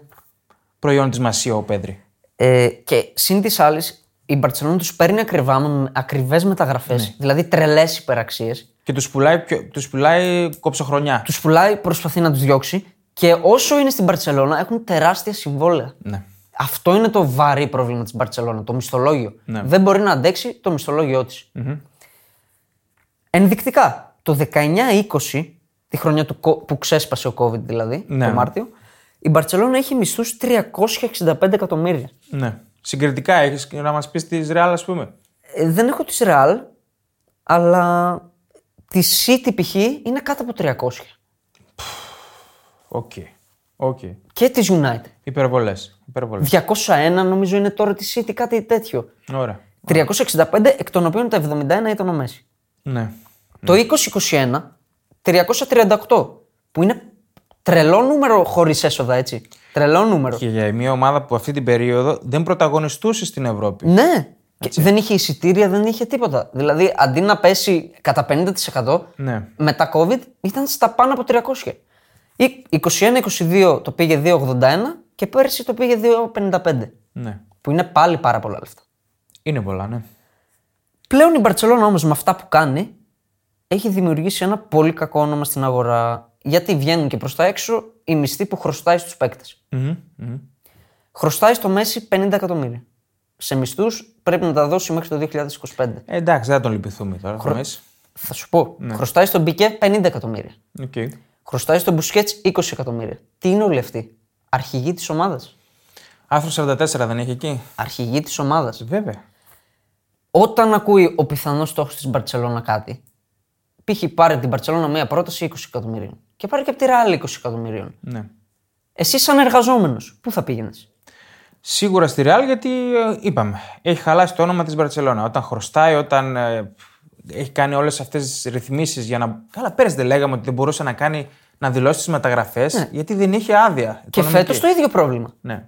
προϊόν της Μασία ο Πέδρη. Ε, και συν της άλλης, η Μπαρσελόνα τους παίρνει ακριβά, με ακριβές μεταγραφές, δηλαδή τρελές υπεραξίες. Και τους πουλάει, πιο- τους πουλάει κόψοχρονιά. Τους πουλάει, προσπαθεί να τους διώξει και όσο είναι στην Μπαρσελόνα έχουν τεράστια συμβόλαια. Ναι. Αυτό είναι το βαρύ πρόβλημα της Μπαρσελόνα, το μισθολόγιο. Ναι. Δεν μπορεί να αντέξει το μισθολόγιο της. Ενδεικτικά, το 19-20, τη χρονιά του, κο- που ξέσπασε ο COVID δηλαδή, Ναι. το Μάρτιο, η Μπαρσελόνα έχει μισθούς 365 εκατομμύρια. ναι. Συγκριτικά έχεις να μας πεις της Ρεάλ, ας πούμε. Ε, δεν έχω της Ρεάλ, αλλά τη City π.χ. είναι κάτω από 300. Οκ. Οκ. Και της United. Υπερβολές. Υπερβολές. 201 νομίζω είναι τώρα της City, κάτι τέτοιο. Ωραία. 365, εκ των οποίων τα 71 ήταν ο Μέση. Ναι. Το 2021, 338, που είναι τρελό νούμερο χωρίς έσοδα, έτσι. Τρελό νούμερο. Και για μια ομάδα που αυτή την περίοδο δεν πρωταγωνιστούσε στην Ευρώπη. Ναι. Και δεν είχε εισιτήρια, δεν είχε τίποτα. Δηλαδή, αντί να πέσει κατά 50% Ναι. μετά COVID, ήταν στα πάνω από 300. Ή- 21-22 το πήγε 2,81 και πέρσι το πήγε 2,55. Ναι. Που είναι πάλι πάρα πολλά λεφτά. Είναι πολλά, ναι. Πλέον η Μπαρτσελόνα όμως με αυτά που κάνει έχει δημιουργήσει ένα πολύ κακό όνομα στην αγορά. Γιατί βγαίνουν και προς τα έξω οι μισθοί που χρωστάει στους παίκτες. Χρωστάει στο Μέση 50 εκατομμύρια. Σε μισθούς πρέπει να τα δώσει μέχρι το 2025. Ε, εντάξει, δεν θα τον λυπηθούμε τώρα. Χρο... Θα σου πω. Χρωστάει στον Μπικέ 50 εκατομμύρια. Okay. Χρωστάει στον Μπουσκέτ 20 εκατομμύρια. Τι είναι όλοι αυτοί. Αρχηγοί της ομάδας. Άρθρο 44 δεν έχει εκεί. Αρχηγοί της ομάδας. Βέβαια. Όταν ακούει ο πιθανός στόχος της Μπαρσελόνα κάτι, π.χ. πάρει την Μπαρσελόνα μία πρόταση 20 εκατομμυρίων και πάρει και από τη Ρεάλ 20 εκατομμυρίων. Ναι. Εσύ, σαν εργαζόμενος, πού θα πήγαινες. Σίγουρα στη Ρεάλ γιατί ε, είπαμε. Έχει χαλάσει το όνομα της Μπαρσελόνα. Όταν χρωστάει, όταν ε, έχει κάνει όλες αυτές τις ρυθμίσεις για να. Καλά, πέρυσι δεν λέγαμε ότι δεν μπορούσε να κάνει να δηλώσει τις μεταγραφές, γιατί δεν είχε άδεια. Ναι. Και οικονομική. φέτος το ίδιο πρόβλημα. Ναι.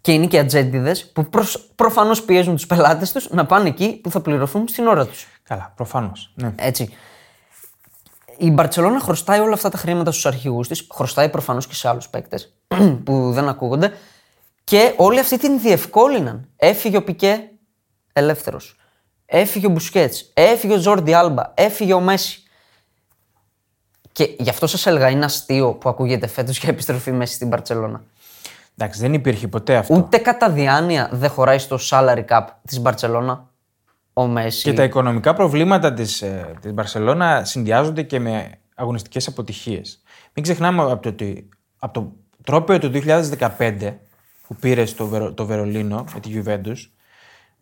Και είναι και ατζέντιδες που προσ... προφανώς πιέζουν τους πελάτες τους να πάνε εκεί που θα πληρωθούν στην ώρα τους. Καλά, προφανώς. Ναι. Έτσι. Η Μπαρσελόνα χρωστάει όλα αυτά τα χρήματα στους αρχηγούς της, χρωστάει προφανώς και σε άλλους παίκτες [clears throat] που δεν ακούγονται. Και όλη αυτή την διευκόλυναν. Έφυγε ο Πικέ ελεύθερος. Έφυγε ο Μπουσκέτ. Έφυγε ο Τζόρντι Άλμπα. Έφυγε ο Μέση. Και γι' αυτό σας έλεγα είναι αστείο που ακούγεται φέτος για επιστροφή Μέση στην Μπαρσελόνα. Εντάξει, δεν υπήρχε ποτέ αυτό. Ούτε κατά διάνοια δεν χωράει στο salary cap της Μπαρσελόνα ο Μέση. Και τα οικονομικά προβλήματα της της Μπαρσελόνα συνδυάζονται και με αγωνιστικές αποτυχίες. Μην ξεχνάμε από το, ότι από το τρόπαιο του 2015 που πήρε στο Βερο, το Βερολίνο με τη Juventus,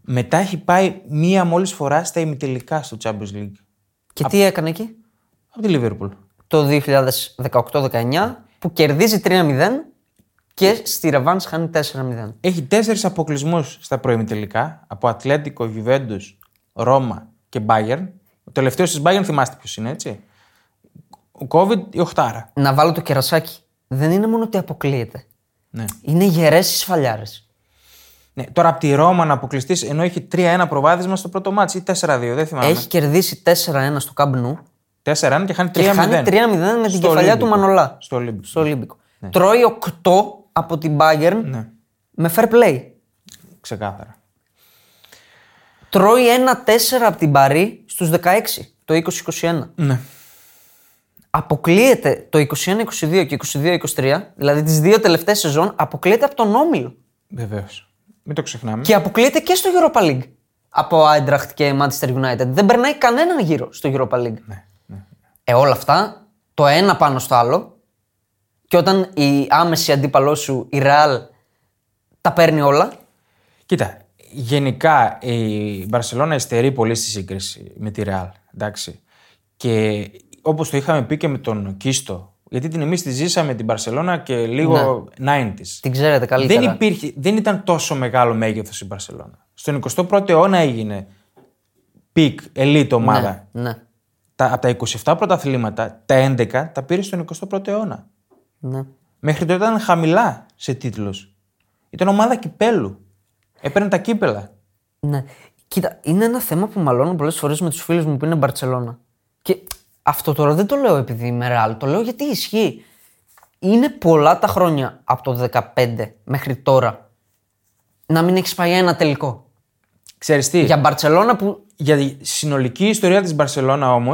μετά έχει πάει μία μόλις φορά στα ημιτελικά στο Champions League. Και τι έκανε εκεί Από τη Λίβερπουλ. το 2018-19 που κερδίζει 3-0 και στη Ρεβάνς χάνει 4-0. Έχει τέσσερις αποκλεισμούς στα προημιτελικά από Ατλέτικο, Γιουβέντους, Ρώμα και Μπάγκερν. Ο τελευταίος της Bayern θυμάστε ποιος είναι, έτσι. Ο COVID ή ο Χτάρα. Να βάλω το κερασάκι. Δεν είναι μόνο ότι αποκλείεται. Ναι. Είναι γερές οι σφαλιάρες. ναι. Τώρα από τη Ρώμα να αποκλειστείς ενώ έχει 3-1 προβάδισμα στο πρώτο μάτι ή 4-2, δεν θυμάμαι. Έχει κερδίσει 4-1 στο Καμπνού 4-1 και χάνει 3-0. και χάνει 3-0 με την Στο κεφαλιά του Ολύμπικο. Ναι. Μανολά. Στο Ολύμπικο. Στο Ολύμπικο. Τρώει 8 από την Bayern Ναι, με fair play. ξεκάθαρα. Τρώει 1-4 από την Παρή στους 16 το 2021. Ναι. αποκλείεται το 21-22 και 22-23, δηλαδή τις δύο τελευταίες σεζόν, αποκλείεται από τον Όμιλο. Βεβαίως. Μην το ξεχνάμε. Και αποκλείεται και στο Europa League από Άιντραχτ και Manchester United. Δεν περνάει κανέναν γύρο στο Europa League. Ναι, Ε, όλα αυτά, το ένα πάνω στο άλλο, και όταν η άμεση αντίπαλό σου, η Real, τα παίρνει όλα, Κοίτα, γενικά η Μπαρσελόνα υστερεί πολύ στη σύγκριση με τη Ρεάλ. Εντάξει. Και όπως το είχαμε πει και με τον Κίστο, γιατί την εμείς τη ζήσαμε την Μπαρσελόνα και λίγο Ναι. 90s. την ξέρετε καλύτερα. Δεν, υπήρχε, δεν ήταν τόσο μεγάλο μέγεθος η Μπαρσελόνα. Στον 21ο αιώνα έγινε πικ, ελίτ ομάδα. Ναι, ναι, Τα, από τα 27 πρωταθλήματα, τα 11 τα πήρε στον 21ο αιώνα. ναι. Μέχρι τότε ήταν χαμηλά σε τίτλους. Ήταν ομάδα κυπέλου. Έπαιρνε τα κύπελα. Ναι. Κοίτα, είναι ένα θέμα που μαλώνω πολλές φορές με τους φίλους μου που είναι Μπαρσελόνα. Και αυτό τώρα δεν το λέω επειδή είμαι ρεάλ, το λέω γιατί ισχύει. Είναι πολλά τα χρόνια από το 15 μέχρι τώρα να μην έχεις πάει ένα τελικό. Ξέρεις τι, Για Μπαρσελόνα που. για τη συνολική ιστορία της Μπαρσελόνα όμως,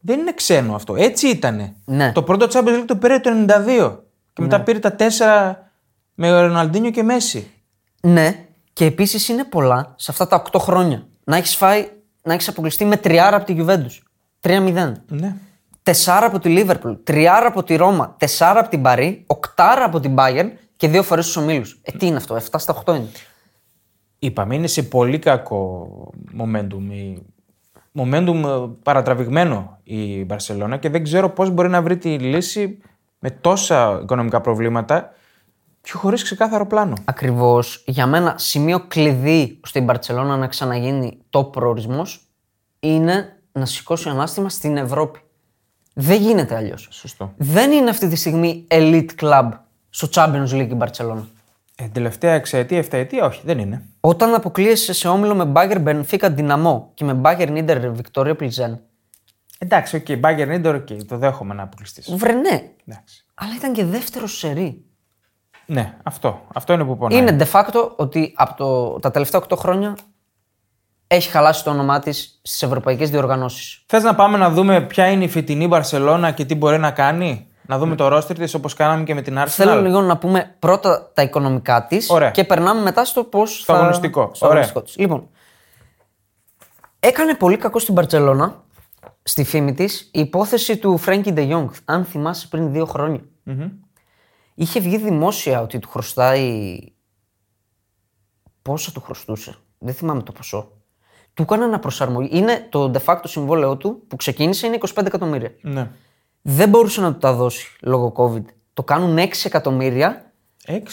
δεν είναι ξένο αυτό. Έτσι ήτανε. Ναι. Το πρώτο Champions League το πήρε το 92. Και μετά πήρε τα 4 με ο Ροναλντίνιο και Μέση. Ναι, και επίσης είναι πολλά σε αυτά τα 8 χρόνια να έχεις φάει, να έχεις αποκλειστεί με τριάρα από τη Γιουβέντους. 3-0. Ναι. Τεσσάρα από τη Λίβερπουλ, τριάρα από τη Ρώμα, τεσσάρα από την Παρή, οκτάρα από την Bayern και δύο φορές στους ομίλους. Ε, τι είναι αυτό, 7 στα 8 είναι. Είπαμε, είναι σε πολύ κακό momentum. η- Momentum ε, παρατραβηγμένο η Μπαρσελόνα και δεν ξέρω πώς μπορεί να βρει τη λύση με τόσα οικονομικά προβλήματα και χωρίς ξεκάθαρο πλάνο. Ακριβώς για μένα σημείο κλειδί στην Μπαρσελόνα να ξαναγίνει το προορισμός είναι να σηκώσει ανάστημα στην Ευρώπη. Δεν γίνεται αλλιώς. Σωστό. Δεν είναι αυτή τη στιγμή elite club στο Champions League η Μπαρσελόνα. Ε, την τελευταία εξαετία, εφταετία, όχι, δεν είναι. Όταν αποκλείεσαι σε όμιλο με Bayern Benfica Δυναμό και με Bayern Inter Victoria Πλιζέν. Εντάξει, οκ, okay, Μπάγκερ Νίντορ, οκ, το δέχομαι να αποκλειστείς. Βρε ναι, Εντάξει. αλλά ήταν και δεύτερο σερί. Ναι, αυτό. Αυτό είναι που πονάει. Είναι de facto ότι από το, τα τελευταία 8 χρόνια έχει χαλάσει το όνομά της στις ευρωπαϊκές διοργανώσεις. Θες να πάμε να δούμε ποια είναι η φετινή Μπαρσελόνα και τι μπορεί να κάνει. Να δούμε το ρόστερ της όπως κάναμε και με την Arsenal. Ναι. Θέλω λίγο να πούμε πρώτα τα οικονομικά της Ωραία. και περνάμε μετά στο πώς. Στο αγωνιστικό. Στο Ωραία. αγωνιστικό της. Λοιπόν, έκανε πολύ κακό στην Παρσελώνα, στη φήμη της, η υπόθεση του Φρέγκι Ντε Jong, αν θυμάσαι πριν δύο χρόνια. Είχε βγει δημόσια ότι του χρωστάει. Πόσα του χρωστούσε, δεν θυμάμαι το ποσό. Του έκαναν να προσαρμογή. Είναι το de facto συμβόλαιό του που ξεκίνησε είναι 25 εκατομμύρια. Ναι. Δεν μπορούσε να του τα δώσει λόγω COVID. Το κάνουν 6 εκατομμύρια,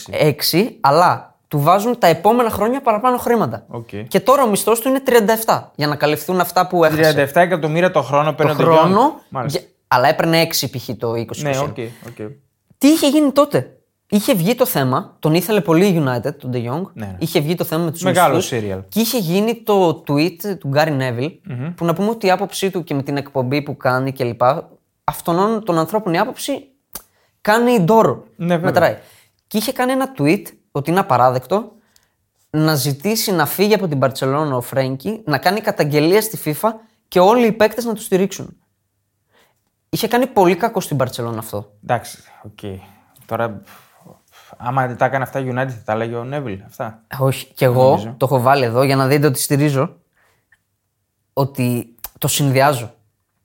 Έξι. 6, αλλά του βάζουν τα επόμενα χρόνια παραπάνω χρήματα. Οκ. Και τώρα ο μισθός του είναι 37 για να καλυφθούν αυτά που έχασε. 37 εκατομμύρια το χρόνο Το παίρνει χρόνο. Μάλιστα. για- αλλά έπαιρνε 6 π.χ. το 2020. Ναι, οκ. οκ. Τι είχε γίνει τότε. Είχε βγει το θέμα, τον ήθελε πολύ η United, τον De Jong. Ναι, ναι. Είχε βγει το θέμα με τους Μεγάλο serial. Mm-hmm. Και είχε γίνει το tweet του Γκάρι Νέβιλ, που να πούμε ότι η άποψή του και με την εκπομπή που κάνει κλπ. Αυτών των ανθρώπων η άποψη κάνει ντόρο. Ναι, βέβαια. Μετράει. Και είχε κάνει ένα tweet ότι είναι απαράδεκτο να ζητήσει να φύγει από την Παρσελόνα ο Φρέγκι, να κάνει καταγγελία στη FIFA και όλοι οι παίκτες να του στηρίξουν. Είχε κάνει πολύ κακό στην Παρσελόνα αυτό. Εντάξει, οκ. Τώρα, άμα δεν τα έκανε αυτά η United, θα τα έλεγε ο Νέβιλ. Αυτά. Όχι, και εγώ το έχω βάλει εδώ για να δείτε ότι στηρίζω. Ότι το συνδυάζω.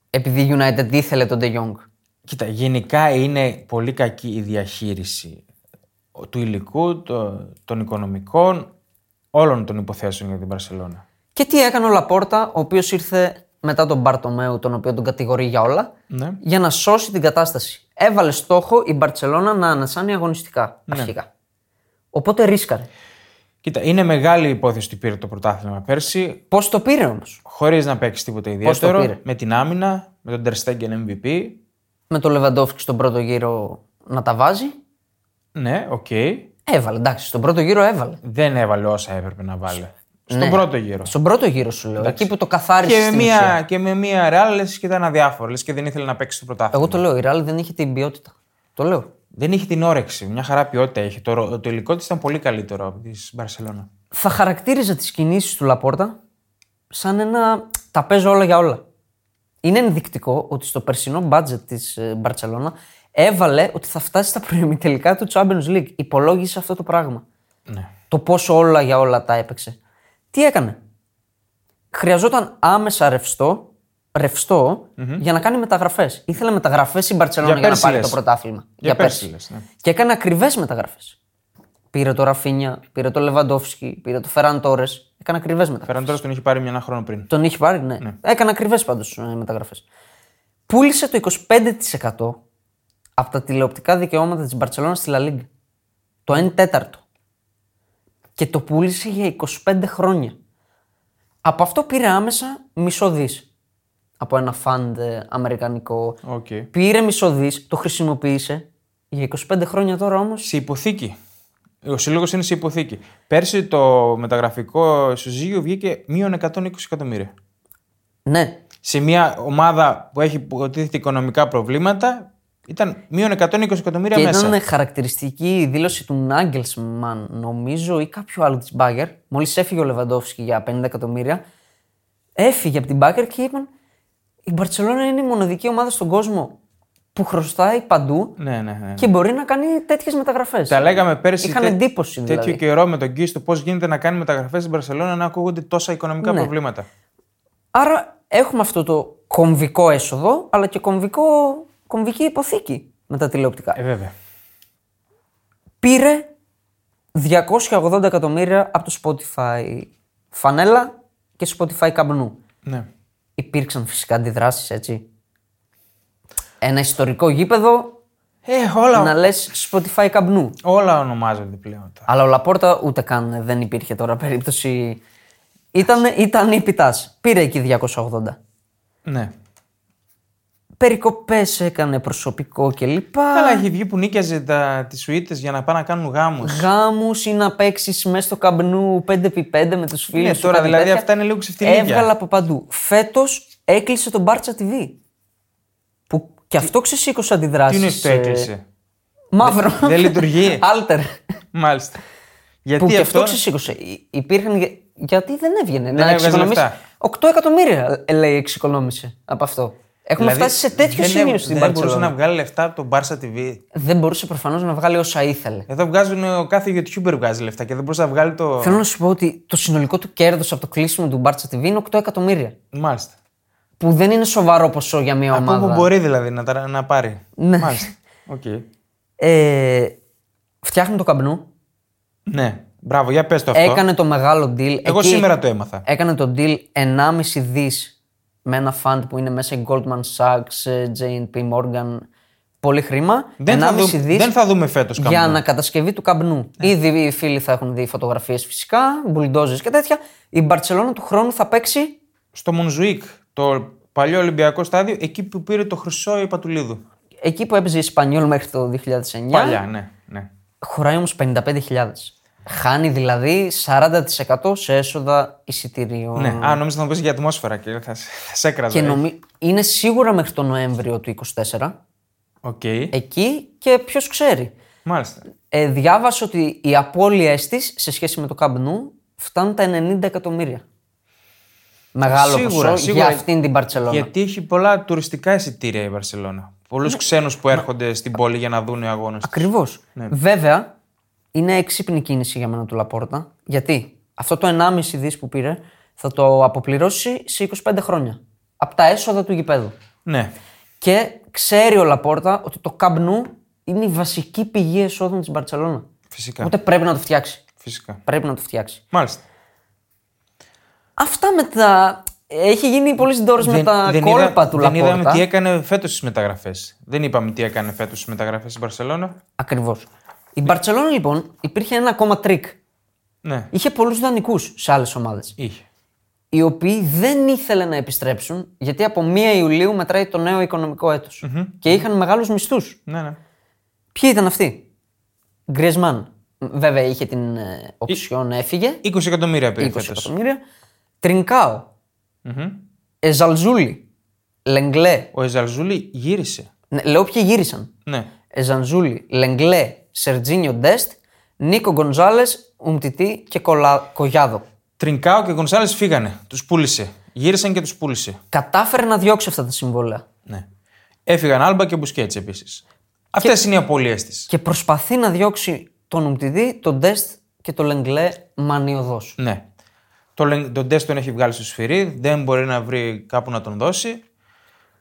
Επειδή η United ήθελε τον De Jong. Κοίτα, γενικά είναι πολύ κακή η διαχείριση του υλικού, το- των οικονομικών, όλων των υποθέσεων για την Παρσελώνα. Και τι έκανε ο Λαπόρτα, ο οποίος ήρθε μετά τον Μπαρτομέου, τον οποίο τον κατηγορεί για όλα, Ναι. για να σώσει την κατάσταση. Έβαλε στόχο η Μπαρσελόνα να ανασάνει αγωνιστικά αρχικά. Οπότε ρίσκαρε. Κοίτα, είναι μεγάλη η υπόθεση ότι πήρε το πρωτάθλημα πέρσι, Πώς το πήρε όμως, χωρίς να παίξει τίποτα το ιδιαίτερο. πήρε? Με την άμυνα, με τον Τερστέγγεν MVP. με τον Λεβαντόφσκι στον πρώτο γύρο να τα βάζει. Ναι, οκ. Έβαλε, εντάξει, στον πρώτο γύρο έβαλε. Δεν έβαλε όσα έπρεπε να βάλει. Στον πρώτο γύρο. Στον πρώτο γύρο Ναι. σου λέω, εκεί που το καθάρισε. Και με, στην ουσία. μία, και με μία ρεάλ λες και ήταν αδιάφορο. Λες και δεν ήθελε να παίξει το πρωτάθλημα. Εγώ το λέω, η Ρεάλ δεν είχε την ποιότητα. Το λέω. Δεν είχε την όρεξη. Μια χαρά ποιότητα είχε. Το, ρο- το υλικό της ήταν πολύ καλύτερο από της Μπαρσελόνα. Θα χαρακτήριζα τις κινήσεις του Λαπόρτα σαν ένα τα παίζω όλα για όλα. Είναι ενδεικτικό ότι στο περσινό μπάτζετ της ε, Μπαρτσελώνα έβαλε ότι θα φτάσει στα προημιτελικά του Champions League. Υπολόγισε αυτό το πράγμα. Ναι. Το πόσο όλα για όλα τα έπαιξε. Τι έκανε. Χρειαζόταν άμεσα ρευστό, ρευστό, για να κάνει μεταγραφές. Ήθελε μεταγραφές η Μπαρτσελώνα για, Για να πέρσι πάρει λες. το πρωτάθλημα. Για πέρσι λες, ναι. Και έκανε ακριβές μεταγραφές. Πήρε το Ραφίνια, πήρε το Λεβαντόφσκι, πήρε το Φεράν Τόρε. Έκανε ακριβές μεταγραφές. Φέραν τώρα τον είχε πάρει μια ένα χρόνο πριν. Τον είχε πάρει, ναι. Έκανε ακριβές πάντως μεταγραφές. Πούλησε το 25% από τα τηλεοπτικά δικαιώματα της Μπαρσελόνα στη Λα Λίγκα. Το 1 τέταρτο. Και το πούλησε για 25 χρόνια. Από αυτό πήρε άμεσα μισό δις. Από ένα φαντ ε, αμερικανικό. Οκ. Πήρε μισό δις, το χρησιμοποίησε. Για 25 χρόνια τώρα όμως Σε υποθήκη. Ο σύλλογος είναι σε υποθήκη. Πέρσι το μεταγραφικό ισοζύγιο βγήκε μείον 120 εκατομμύρια. Ναι. Σε μια ομάδα που έχει υποτίθεται οικονομικά προβλήματα, ήταν μείον 120 εκατομμύρια Και μέσα. ήταν χαρακτηριστική η δήλωση του Νάγκελσμαν, νομίζω, ή κάποιου άλλου της Μπάγκερ. Μόλις έφυγε ο Λεβαντόφσκι για 50 εκατομμύρια, έφυγε από την Μπάγκερ και είπαν: Η Μπαρσελόνα είναι η μοναδική ομάδα στον κόσμο που χρωστάει παντού Ναι, ναι, ναι. και μπορεί να κάνει τέτοιες μεταγραφές. Τα λέγαμε πέρσι. Είχαν τέ- εντύπωση δηλαδή. Τέτοιο καιρό με τον Κίστο, πώς γίνεται να κάνει μεταγραφές στην Παρσελόνα να ακούγονται τόσα οικονομικά Ναι. προβλήματα. Άρα έχουμε αυτό το κομβικό έσοδο, αλλά και κομβικό, κομβική υποθήκη με τα τηλεοπτικά. Ε, βέβαια. πήρε 280 εκατομμύρια από το Spotify φανέλα και Spotify καμπνού. Ναι. Υπήρξαν φυσικά αντιδράσεις έτσι. Ένα ιστορικό γήπεδο Ε, όλα, να λες Spotify καμπνού. όλα ονομάζονται πλέον. τα- Αλλά ο Λαπόρτα ούτε καν δεν υπήρχε τώρα περίπτωση. Ήταν, ήταν υπητάς. Πήρε εκεί 280. Ναι. Περικοπές έκανε προσωπικό κλπ. Αλλά έχει βγει που νίκιαζε τα... τις σουίτες για να πάνε να κάνουν γάμους. γάμους ή να παίξεις μέσα στο καμπνού 5x5 με τους φίλους. Ναι, τώρα, δηλαδή, αυτά είναι λίγο ξεφτιλίδια. Έβγαλα από παντού. Φέτος έκλεισε τον Μπάρτσα TV. Που και αυτό ξεσήκωσε αντιδράσει. Τι είναι το έκλεισε. Μαύρο. δεν λειτουργεί. [laughs] Άλτερ. Μάλιστα. Γιατί Που και αυτό αυτό. ξεσήκωσε. Υ- Υπήρχαν. γε- Γιατί δεν έβγαινε. έβγαζε λεφτά. 8 εκατομμύρια ε, λέει εξοικονόμησε από αυτό. Έχουμε δηλαδή, φτάσει σε τέτοιο δεν σημείο έ- στην Δεν μπορούσε Barcelona. να βγάλει λεφτά από τον Barça TV. Δεν μπορούσε προφανώς να βγάλει όσα ήθελε. Εδώ βγάζουν, ο κάθε YouTuber βγάζει λεφτά και δεν μπορούσε να βγάλει το. Θέλω να σου πω ότι το συνολικό του κέρδος από το κλείσιμο του Μπάρτσα TV είναι 8 εκατομμύρια. Μάλιστα. Που δεν είναι σοβαρό ποσό για μια Από ομάδα. όπου μπορεί δηλαδή να, τα- να πάρει. Ναι. [laughs] Μάλιστα. Οκ. Ε, φτιάχνει το καμπνού. Ναι. Μπράβο, για πες το αυτό. Έκανε το μεγάλο deal. Εγώ σήμερα το έμαθα. Έκανε το deal 1,5 δις με ένα fund που είναι μέσα η Goldman Sachs, ε, JP Morgan. Πολύ χρήμα. Δεν θα, 1,5 δου- δις δεν θα δούμε φέτος καμπνού. Ναι. για ανακατασκευή του καμπνού. Ήδη οι φίλοι θα έχουν δει φωτογραφίες φυσικά, μπουλντόζες και τέτοια. Η Μπαρσελόνα του χρόνου θα παίξει Στο Μονζουίκ, το παλιό Ολυμπιακό στάδιο, εκεί που πήρε το χρυσό η Ε? Πατουλίδου. Εκεί που έπαιζε η Ισπανιόλ μέχρι το 2009. Παλιά, ναι. ναι. Χωράει όμως 55.000. Χάνει δηλαδή 40% σε έσοδα εισιτηρίων. ναι. Α, νόμιζα να μου πεις για ατμόσφαιρα και θα, σε- θα σε έκραζα. Και ε. νομι... είναι σίγουρα μέχρι τον Νοέμβριο του 24. Οκ. Ε. Εκεί και ποιος ξέρει. Μάλιστα. Ε, διάβασα ότι οι απώλειές της σε σχέση με το Camp Nou φτάνουν τα 90 εκατομμύρια. Μεγάλο Σίγουρα, ποσό σίγουρα. για αυτήν την Παρσελόνα. Γιατί έχει πολλά τουριστικά εισιτήρια η Βαρσελόνα. Πολλούς Ναι. ξένους που έρχονται στην πόλη για να δουν οι αγώνες. Ακριβώς. Ναι, Βέβαια, είναι έξυπνη κίνηση για μένα του Λαπόρτα. Γιατί αυτό το 1,5 δις που πήρε θα το αποπληρώσει σε 25 χρόνια. Από τα έσοδα του γηπέδου. Ναι. Και ξέρει ο Λαπόρτα ότι το Camp Nou είναι η βασική πηγή εσόδων της Ναι. Μπαρσελόνα. Φυσικά. Οπότε πρέπει να το φτιάξει. Φυσικά. Πρέπει να το φτιάξει. Μάλιστα. Αυτά με τα. Έχει γίνει πολύ συντόρο με τα κόλπα του δεν Λαπόρτα. είδαμε τι έκανε φέτος στις μεταγραφές. Δεν είπαμε τι έκανε φέτος στις μεταγραφές στην Βαρσελόνα. Ακριβώς. Η Μπαρσελόνα λοιπόν υπήρχε ένα ακόμα τρίκ. Ναι. Είχε πολλούς δανεικούς σε άλλες ομάδες. Είχε. Οι οποίοι δεν ήθελαν να επιστρέψουν γιατί από 1 Ιουλίου μετράει το νέο οικονομικό έτος. Και είχαν μεγάλους μισθούς. Ναι, ναι. Ποιοι ήταν αυτοί. Γκρισμάν. Βέβαια είχε την ε, οψιόν, έφυγε. 20 εκατομμύρια πήρε 20 φέτος. εκατομμύρια. Τρινκάο. Εζαλζούλη. Λεγκλέ. Ο Εζαλζούλη γύρισε. Ναι, Λέω ποιοι γύρισαν. Ναι. Εζανζούλη, Λεγκλέ, Σερτζίνιο Ντεστ, Νίκο Γκονζάλε, Ουμτιτή και Κολα... Κογιάδο. Τρινκάο και Γκονσάλες φύγανε. Τους πούλησε. Γύρισαν και τους πούλησε. Κατάφερε να διώξει αυτά τα συμβόλαια Ναι. Έφυγαν Άλμπα και Μπουσκέτς επίσης. Αυτές είναι οι απολύε της. και προσπαθεί να διώξει τον Ουμτιτή, τον Ντεστ και τον Λεγκλέ μανιωδώς. Ναι. Το, Λεγ- τον Τεστ τον έχει βγάλει στο σφυρί, δεν μπορεί να βρει κάπου να τον δώσει.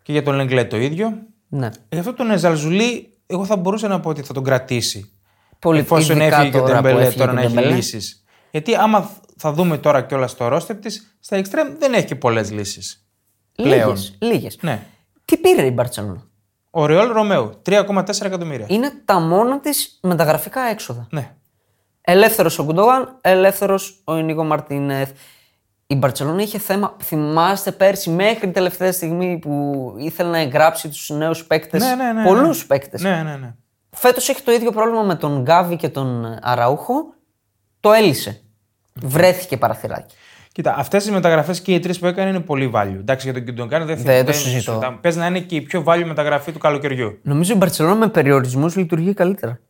Και για τον Λεγκλέ το ίδιο. Ναι. Γι' αυτό τον Εζαλζουλή, εγώ θα μπορούσα να πω ότι θα τον κρατήσει. Πολύ Εφόσον ειδικά έφυγε και ο τώρα που Ντεμπελέ, έφυγε τώρα και να ο έχει Ντεμπελέ. λύσεις. Γιατί άμα θα δούμε τώρα κιόλα το ρόστεπ της, στα εξτρέμ δεν έχει και πολλές λύσεις. πλέον. Λίγες, λίγες. Ναι. Τι πήρε η Μπαρτσελόνα. Ο Ρεόλ Ρωμαίου, 3,4 εκατομμύρια. Είναι τα μόνα της μεταγραφικά έξοδα. Ναι. Ελεύθερος ο Κουντόγαν, ελεύθερος ο Ινίγο Μαρτίνεθ. Η Μπαρσελόνα είχε θέμα. Θυμάστε πέρσι μέχρι την τελευταία στιγμή που ήθελε να εγγράψει τους νέους παίκτες. Ναι, ναι, ναι. Πολλού ναι. παίκτες. Ναι, ναι, ναι. Φέτος έχει το ίδιο πρόβλημα με τον Γκάβι και τον Αραούχο. Το έλυσε. Βρέθηκε παραθυράκι. Κοίτα, αυτές οι μεταγραφές και οι τρεις που έκανε είναι πολύ value. Εντάξει, για τον Κιντογκάν δεν, Δεν το συζητώ. Πες να είναι και η πιο value μεταγραφή του καλοκαιριού. Νομίζω η Μπαρσελόνα με περιορισμούς λειτουργεί καλύτερα.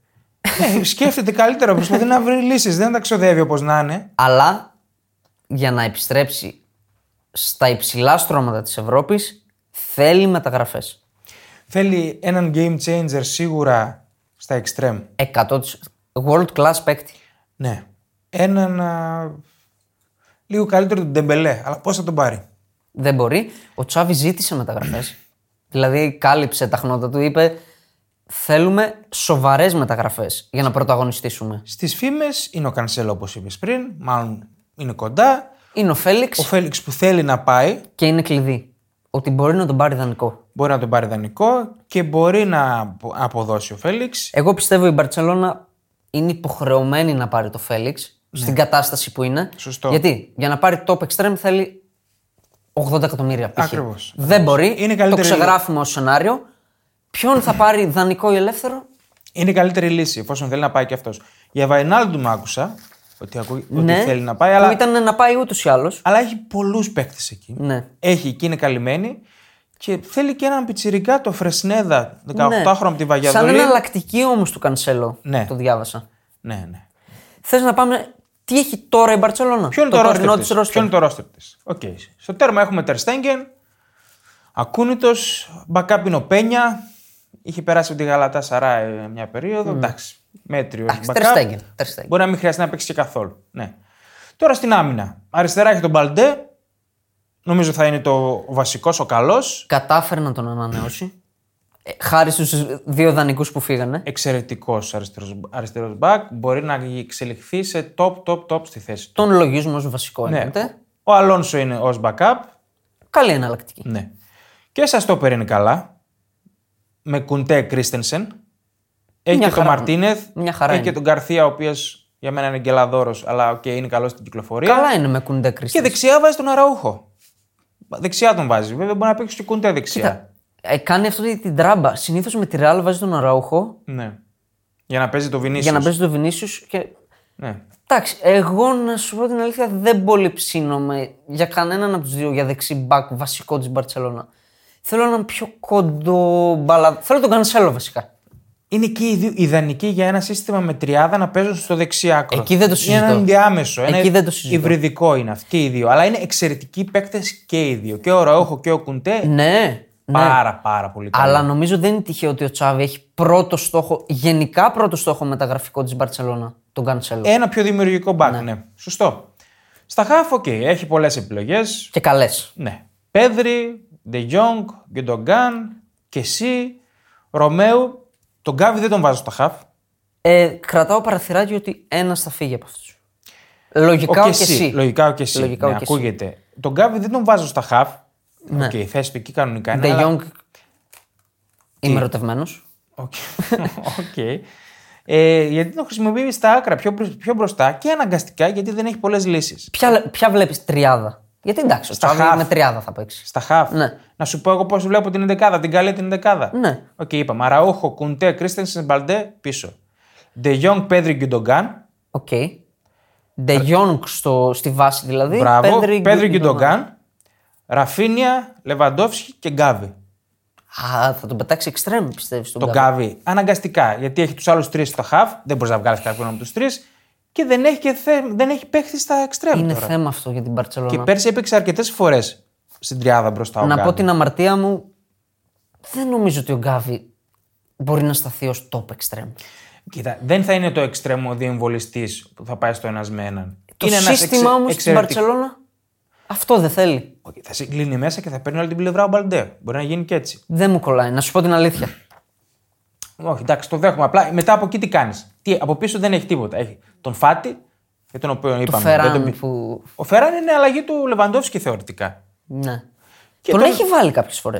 ε, σκέφτεται καλύτερα, προσπαθεί να βρει λύσεις. Δεν τα ξοδεύει όπως να είναι. Αλλά για να επιστρέψει στα υψηλά στρώματα της Ευρώπης θέλει μεταγραφές. Θέλει έναν game changer σίγουρα στα extreme. 100% world class παίκτη. Ναι. Έναν. α, λίγο καλύτερο του Ντεμπελέ. Αλλά πώς θα τον πάρει. Δεν μπορεί. Ο Τσάβη ζήτησε μεταγραφές. δηλαδή, κάλυψε τα χνότα του, είπε Θέλουμε σοβαρές μεταγραφές για να πρωταγωνιστήσουμε. Στις φήμες είναι ο Κανσέλο, όπως είπες πριν. Μάλλον είναι κοντά. Είναι ο Φέληξ Ο Φέληξ που θέλει να πάει και είναι κλειδί. Ότι μπορεί να τον πάρει δανεικό. μπορεί να τον πάρει δανεικό και μπορεί να απο- αποδώσει ο Φέληξ. Εγώ πιστεύω η Μπαρσελόνα είναι υποχρεωμένη να πάρει το Φέληξ στην κατάσταση που είναι. Ναι. Σωστό. Γιατί για να πάρει top extreme θέλει 80 εκατομμύρια π.χ. Ακριβώς, Δεν μπορεί. Είναι το καλύτερη λύση. ξεγράφουμε ως σενάριο. Ποιον θα πάρει δανεικό ή ελεύθερο, Είναι η καλύτερη λύση, εφόσον θέλει να πάει και αυτός. Για Βαϊνάλντουμ άκουσα ότι, ακού... ότι ναι, θέλει να πάει, που αλλά, ήταν να πάει ούτως ή άλλως. αλλά έχει πολλούς παίκτες εκεί. Ναι. Έχει και είναι καλυμμένη. Και θέλει και έναν πιτσιρικά το Φρεσνέδα, 18χρονο από τη Ναι. Σαν Βαγιαδολή. εναλλακτική όμως του Κανσέλο. Ναι. Το διάβασα. Ναι, ναι. Θες να πάμε. Τι έχει τώρα η Μπαρσελόνα. Ποιο είναι το, τωρινό ρόστερ της? της ρόστερ. Ποιο είναι το ρόστερ της? Οκ. Στο τέρμα έχουμε Τερστέγγεν, Ακούνητος, backup είναι ο Πένια. Είχε περάσει από τη Γαλατά Σαρά μια περίοδο. Εντάξει, μέτριο. Mm. Εντάξει, backup. Ter Stegen, Ter Stegen. Μπορεί να μην χρειαστεί να παίξει και καθόλου. Ναι. Τώρα στην άμυνα. Αριστερά έχει τον Μπαλντέ. Νομίζω θα είναι το ο βασικός, ο καλός. Κατάφερε να τον ανανεώσει. Ε, χάρη στους δύο δανεικούς που φύγανε. Εξαιρετικός αριστερός, αριστερός back. Μπορεί να εξελιχθεί σε top, top, top στη θέση του. Τον λογίζουμε ως βασικό Ναι. εννοείται. Ο Αλόνσο είναι ως backup. Καλή εναλλακτική. Ναι. Και στα στόπερ είναι καλά. Με Κουντέ Κρίστενσεν. Έχει Μια και τον χαρά. Μαρτίνεθ. Μια χαρά Έχει και είναι. τον Καρθία, ο οποίος για μένα είναι γκελαδόρος, αλλά οκ, είναι καλός στην κυκλοφορία. Καλά είναι με Κουντέ Κρίστη. Και δεξιά βάζει τον Αραούχο. Δεξιά τον βάζει. Βέβαια μπορεί να παίξει και κουντέ δεξιά. Κοίτα, ε, κάνει αυτή την τράμπα. Συνήθως με τη Ρεάλ βάζει τον Αραούχο Ναι. Για να παίζει το Βινίσιο. για να παίζει τον Βινίσιους και. Ναι. Εντάξει, εγώ να σου πω την αλήθεια δεν πολύ ψήνομαι για κανέναν από τους δύο για δεξί μπακ βασικό της Μπαρσελόνα. Θέλω έναν πιο κοντό μπαλα... Θέλω τον Κανσέλο βασικά. Είναι και οι δύο ιδανικοί για ένα σύστημα με τριάδα να παίζουν στο δεξιάκρο. Εκεί δεν το συζητώ. Είναι ένα ενδιάμεσο. Ένα Εκεί δεν το συζητώ. Υβριδικό είναι αυτοί οι δύο. Αλλά είναι εξαιρετικοί παίκτες και οι δύο. Και ο Ραόχο και ο Κουντέ. Ναι, ναι. Πάρα πάρα πολύ καλά. Αλλά νομίζω δεν είναι τυχαίο ότι ο Τσάβη έχει πρώτο στόχο, γενικά πρώτο στόχο μεταγραφικό της Μπαρσελόνα, τον Κανσέλο. Ένα πιο δημιουργικό μπακ, ναι. Σωστό. Στα χάφ, οκ, έχει πολλές επιλογές. Και καλές. Ναι. Πέδρη, Ντε Γιόνγκ, Γκεντογκάν, Κεσί, Ρωμαίου. Τον Γκάβι δεν τον βάζω στα χάφ. Ε, κρατάω παραθυράκι ότι ένας θα φύγει από αυτούς. Λογικά ο, και εσύ. Λογικά ο Κεσί. Ε, Λογικά ναι, ο Κεσί. ακούγεται. Τον Γκάβι δεν τον βάζω στα χάφ. Ναι. Οκ, η θέση του εκεί κανονικά είναι. Ντε αλλά- Γιόνγκ. Είμαι ερωτευμένος. Οκ. [laughs] Οκ. Ε, γιατί τον χρησιμοποιεί στα άκρα, πιο, πρι- πιο μπροστά και αναγκαστικά γιατί δεν έχει πολλές λύσεις. Ποια, ποια βλέπεις τριάδα. Γιατί εντάξει, ο Στα Τσάβη half. με τριάδα θα παίξει. Στα χαφ. Ναι. Να σου πω εγώ πώς βλέπω την 11 την καλή την 11 Ναι. Οκ, είπαμε. Αραούχο, Κουντέ, Κρίστενσεν, Μπαλντέ πίσω. Ντε Γιόνγκ, Πέδρη, Γκιντογκάν. Οκ. Ντε Γιόνγκ στο- στη βάση δηλαδή. Μπράβο. Πέδρη, Γκιντογκάν. Γκιντογκάν. Ραφίνια, Λεβαντόφσκι και Γκάβι. Α, θα τον πετάξει εξτρέμ πιστεύεις τον Τον Γκάβι. Γκάβι αναγκαστικά γιατί έχει τους άλλους τρεις στα χαφ. Δεν μπορείς να βγάλεις κάποιον από τους τρεις. Και δεν έχει, και θε... δεν έχει παίχτη στα εξτρέμ. Είναι τώρα. θέμα αυτό για την Και Παρσελόνα. πέρσι έπαιξε αρκετές φορές στην τριάδα μπροστά. ο Να πω Γκάβι. την αμαρτία μου, δεν νομίζω ότι ο Γκάβι μπορεί να σταθεί ως top extreme. Κοίτα, δεν θα είναι το εξτρέμο διεμβολιστής που θα πάει στο ένας με έναν. Το είναι ένας σύστημα εξε- όμως στην εξαιρετικ- Παρσελόνα αυτό δεν θέλει. Οκ, Θα συγκλίνει μέσα και θα παίρνει όλη την πλευρά ο Μπαλντέ. Μπορεί να γίνει και έτσι. Δεν μου κολλάει, να σου πω την αλήθεια. Όχι, εντάξει, το δέχομαι. Απλά μετά από εκεί τι κάνεις. Τι, από πίσω δεν έχει τίποτα. Έχει τον Φάτι, για τον οποίο Το είπαμε. δεν τον Φεράν πι- που. Ο Φεράν είναι αλλαγή του Λεβαντόφσκι θεωρητικά. Ναι. Και τον τον- έχει βάλει κάποιες φορές.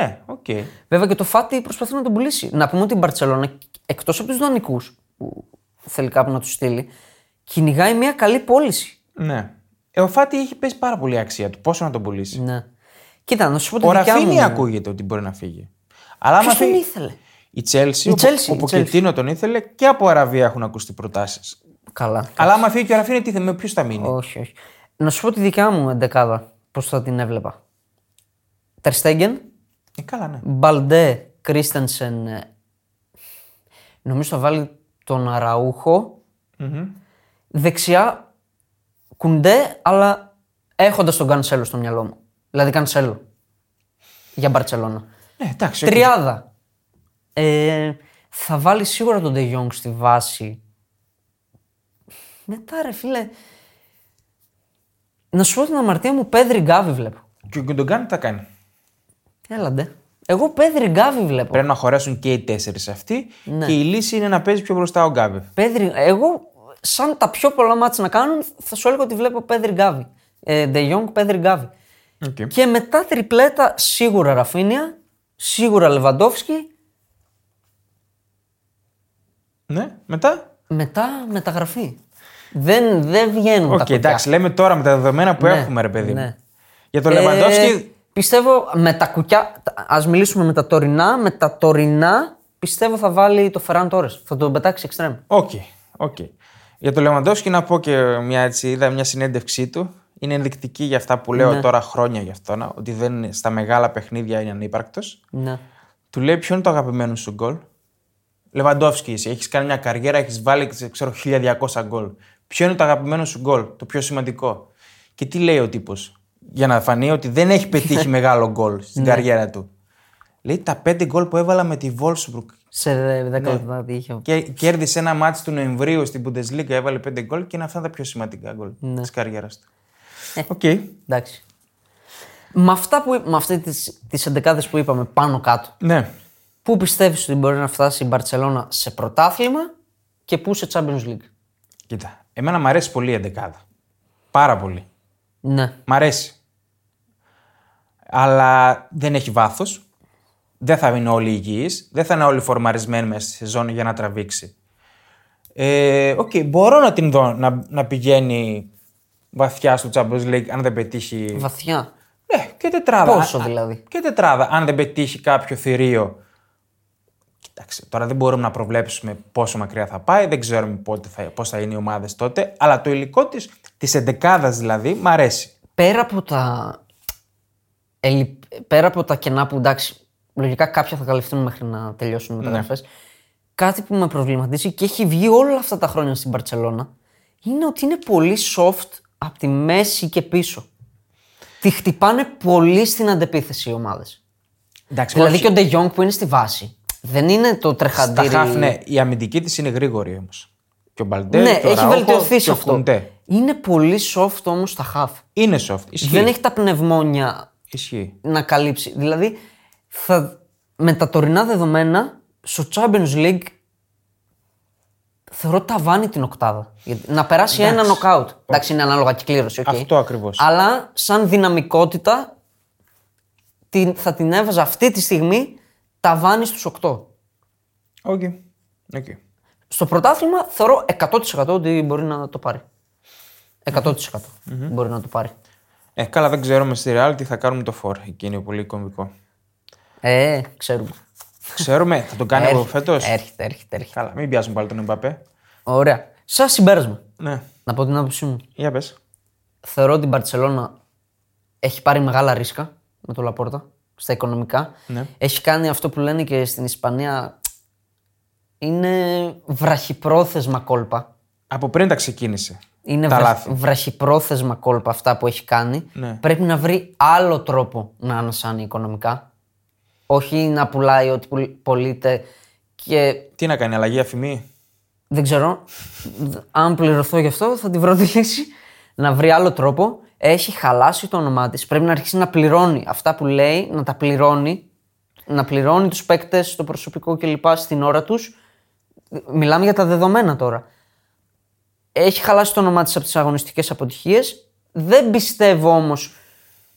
Ναι, οκ. Βέβαια και το Φάτι προσπαθεί να τον πουλήσει. Να πούμε ότι η Μπαρσελόνα, εκτός από τους δανεικούς που θέλει κάπου να τους στείλει, κυνηγάει μια καλή πώληση. Ναι. Ε, ο Φάτι έχει πέσει πάρα πολύ η αξία του. Πόσο να τον πουλήσει. Ναι. Κοίτα, να σου πω τη Ο δικιά μου. Ραφίνη ακούγεται ότι μπορεί να φύγει. Αλλά άμα Ποιος τον φύγει- ήθελε. Η Τσέλσι, Η ο, Chelsea, ο η Ποκετίνο τον ήθελε και από Αραβία έχουν ακουστεί προτάσεις. Καλά. Αλλά άμα φύγει και ο Ραφίνη, τι θα με ποιος θα μείνει. Όχι, όχι. Να σου πω τη δικιά μου εντεκάδα, πώς θα την έβλεπα. Τερστέγγεν, Ε, καλά, ναι. Μπαλντέ, Κρίστενσεν. ε, Νομίζω θα βάλει τον αραουχο Δεξιά, Κουντέ, αλλά έχοντας τον Κανσέλο στο μυαλό μου. Δηλαδή Κανσέλο. Για Μπαρσελόνα. Ναι, εντάξει. οκ. Τριάδα. Ε, θα βάλει σίγουρα τον De Jong στη βάση. Μετά ρε φίλε. Να σου πω την αμαρτία μου, Πέδρη Γκάβι βλέπω. Και ο Γκουντογκάν τι θα κάνει. Έλαντε. Εγώ Πέδρη Γκάβι βλέπω. Πρέπει να χωρέσουν και οι τέσσερις αυτοί. Ναι. Και η λύση είναι να παίζει πιο μπροστά ο Γκάβε. Πέδρη, εγώ σαν τα πιο πολλά μάτς να κάνουν θα σου έλεγα ότι βλέπω Πέδρη Γκάβι. Ε, De Jong, Πέδρη Γκάβι. Οκ. Και μετά τριπλέτα σίγουρα Ραφίνια, σίγουρα Λεβαντόφσκι, Ναι, μετά. μετά μεταγραφή. Δεν, δεν βγαίνουν τα Οκ, κουτιά. εντάξει, λέμε τώρα με τα δεδομένα που Ναι, έχουμε, ρε παιδί. μου. ναι. Για τον Ε, Λεβαντόφσκι, πιστεύω με τα κουκιά. Ας μιλήσουμε με τα τωρινά. Με τα τωρινά πιστεύω θα βάλει το Φεράν Τόρε. Θα τον πετάξει εξτρέμ. Οκ, οκ. Για τον Λεβαντόφσκι να πω και μια έτσι, είδα μια συνέντευξή του. Είναι ενδεικτική για αυτά που Ναι. λέω τώρα χρόνια γι' αυτό, να- ότι δεν, είναι- στα μεγάλα παιχνίδια είναι ανύπαρκτος. Ναι. Του λέει ποιο είναι το αγαπημένο σου γκολ. Λεβαντόφσκι, εσύ έχεις κάνει μια καριέρα, έχεις βάλει ξέρω, 1200 γκολ. Ποιο είναι το αγαπημένο σου γκολ, το πιο σημαντικό. Και τι λέει ο τύπος, για να φανεί ότι δεν έχει πετύχει μεγάλο γκολ στην καριέρα του. Λέει τα 5 γκολ που έβαλα με τη Wolfsburg Σε δε- Ναι. δέκα λεπτά τι είχε. και κέρδισε ένα μάτι του Νοεμβρίου στην Bundesliga, έβαλε 5 γκολ και είναι αυτά τα πιο σημαντικά γκολ ναι. της καριέρας του. Οκ. Εντάξει. Με, αυτά που, με αυτές τις, τις εντεκάδες που είπαμε πάνω κάτω, Ναι. πού πιστεύεις ότι μπορεί να φτάσει η Μπαρτσελώνα σε πρωτάθλημα και πού σε Champions League. Κοίτα. Εμένα μου αρέσει πολύ η εντεκάδα. Πάρα πολύ. Ναι. Μ' αρέσει. Αλλά δεν έχει βάθος. Δεν θα είναι όλοι υγιείς. Δεν θα είναι όλοι φορμαρισμένοι μέσα στη σεζόν για να τραβήξει. Ε, okay, μπορώ να την δω να, να πηγαίνει βαθιά στο Champions League αν δεν πετύχει Βαθιά. Ναι, και τετράδα. Πόσο Α- α- δηλαδή? Και τετράδα. Αν δεν πετύχει κάποιο θηρίο. Κοιτάξτε, τώρα δεν μπορούμε να προβλέψουμε πόσο μακριά θα πάει, δεν ξέρουμε πότε θα, πώς θα είναι οι ομάδες τότε. Αλλά το υλικό της, της εντεκάδας δηλαδή, μ' αρέσει. Πέρα από τα. ελλη- Πέρα από τα κενά που εντάξει, λογικά κάποια θα καλυφθούν μέχρι να τελειώσουν Ναι. οι μεταγραφές. Κάτι που με προβληματίζει και έχει βγει όλα αυτά τα χρόνια στην Παρσελώνα είναι ότι είναι πολύ soft από τη μέση και πίσω. Τη χτυπάνε πολύ στην αντεπίθεση οι ομάδες. Εντάξει, Δηλαδή όχι. και ο De Jong που είναι στη βάση. Δεν είναι το Στα τρεχαντήρι. χαφ, ναι, η αμυντική της είναι γρήγορη όμως. Και ο Μπαλντέ, ναι, και ο έχει Ραούχο, βελτιωθεί και σε ο αυτό. Κουντέ. Είναι πολύ soft όμως στα χαφ. Είναι soft. Ισχύει. Δεν έχει τα πνευμόνια Ισχύει. να καλύψει. Δηλαδή, θα, με τα τωρινά δεδομένα, στο Champions League θεωρώ ταβάνει την οκτάδα. Γιατί- Να περάσει ένα knockout. Εντάξει, είναι ανάλογα και κλήρωση. οκ. Αυτό ακριβώς. Αλλά σαν δυναμικότητα την, θα την έβαζα αυτή τη στιγμή ταβάνει στους 8. Οκ. Οκ. Στο πρωτάθλημα θεωρώ 100% ότι μπορεί να το πάρει. 100% μπορεί να το πάρει. Ε, καλά, δεν ξέρουμε στη Real τι θα κάνουμε το φορ. Εκεί είναι πολύ κομβικό. Ε, ξέρουμε. Ξέρουμε, θα τον κάνει εγώ Έρχεται, φέτος. Έρχεται, έρχεται, έρχεται. Καλά, μην πιάσουμε πάλι τον Εμπαπέ. Ωραία. Σαν συμπέρασμα, Ναι, να πω την άποψή μου. για πες. Θεωρώ ότι η Μπαρσελόνα έχει πάρει μεγάλα ρίσκα με το Λαπόρτα στα οικονομικά. Ναι. Έχει κάνει αυτό που λένε και στην Ισπανία. Είναι βραχυπρόθεσμα κόλπα. Από πριν τα ξεκίνησε. Είναι τα βραχ- λάθη. βραχυπρόθεσμα κόλπα αυτά που έχει κάνει. Ναι. Πρέπει να βρει άλλο τρόπο να ανασάνει οικονομικά. Όχι να πουλάει ό,τι πουλ- πωλείται και Τι να κάνει, αλλαγή αφημή. δεν ξέρω. Δ- Αν πληρωθώ γι' αυτό, θα τη βρω τη λύση. Να βρει άλλο τρόπο. Έχει χαλάσει το όνομά της. Πρέπει να αρχίσει να πληρώνει αυτά που λέει, να τα πληρώνει. Να πληρώνει τους παίκτες, το προσωπικό κλπ. στην ώρα τους. Μιλάμε για τα δεδομένα τώρα. Έχει χαλάσει το όνομά της από τις αγωνιστικές αποτυχίες. Δεν πιστεύω όμως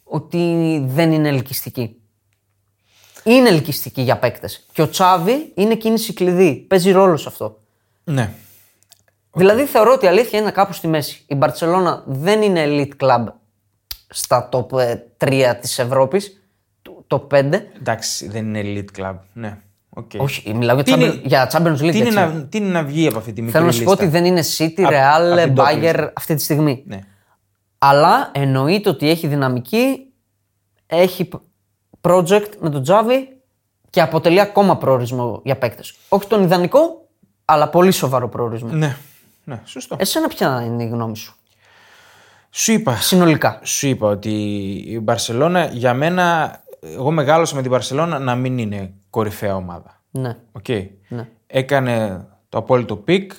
ότι δεν είναι ελκυστική. Είναι ελκυστική για παίκτες. Και ο Τσάβη είναι κίνηση κλειδί. Παίζει ρόλο σε αυτό. Ναι. Δηλαδή θεωρώ ότι η αλήθεια είναι κάπου στη μέση. Η Μπαρτσελώνα δεν είναι elite club στα top ε, 3 της Ευρώπης, το- το 5. Εντάξει, δεν είναι elite club. Ναι. οκ. Όχι, μιλάω για, Τι Champions- είναι- για Champions League. Τι είναι, έτσι. να, τι είναι να βγει από αυτή τη μικρή Θέλω να σου λίστα. πω ότι δεν είναι City, απ' Real, την top Bayer list. αυτή τη στιγμή. Ναι. Αλλά εννοείται ότι έχει δυναμική, έχει π- project με τον Τζάβι και αποτελεί ακόμα προορισμό για παίκτες. Όχι τον ιδανικό, αλλά πολύ σοβαρό προορισμό. ναι. Ναι, σωστό. Εσένα ποια είναι η γνώμη σου, Σου είπα, συνολικά. σου είπα ότι η Μπαρσελόνα για μένα, εγώ μεγάλωσα με την Μπαρσελόνα να μην είναι κορυφαία ομάδα. Ναι. Οκ. Ναι. Έκανε το απόλυτο πικ.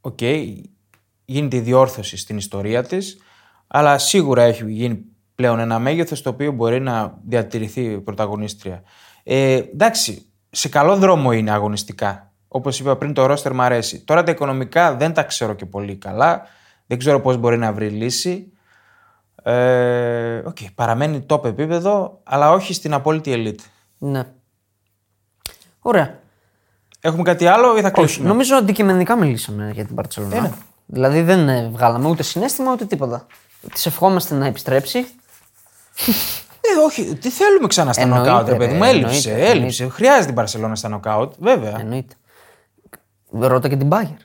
Οκ. Γίνεται η διόρθωση στην ιστορία της. Αλλά σίγουρα έχει γίνει πλέον ένα μέγεθος το οποίο μπορεί να διατηρηθεί πρωταγωνίστρια. Ε, εντάξει, σε καλό δρόμο είναι αγωνιστικά. Όπως είπα πριν, το ρόστερ μου αρέσει. Τώρα τα οικονομικά δεν τα ξέρω και πολύ καλά. Δεν ξέρω πώς μπορεί να βρει λύση. Ε, οκ, παραμένει top επίπεδο, αλλά όχι στην απόλυτη ελίτ. Ναι. Ωραία. Έχουμε κάτι άλλο ή θα κλείσουμε. Νομίζω αντικειμενικά μιλήσαμε για την Παρσελόνα. Δηλαδή δεν ε, βγάλαμε ούτε συνέστημα ούτε τίποτα. Τη ευχόμαστε να επιστρέψει. Ε, όχι, τι θέλουμε ξανά στα Εννοείται, νοκάουτ, ρε ρε, παιδί μου. εννοείται, Έλειψε, εννοείται. έλειψε. Χρειάζεται η Μπαρσελόνα στα νοκάουτ, βέβαια. Εννοείται. Ρώτα και την Μπάγκερ.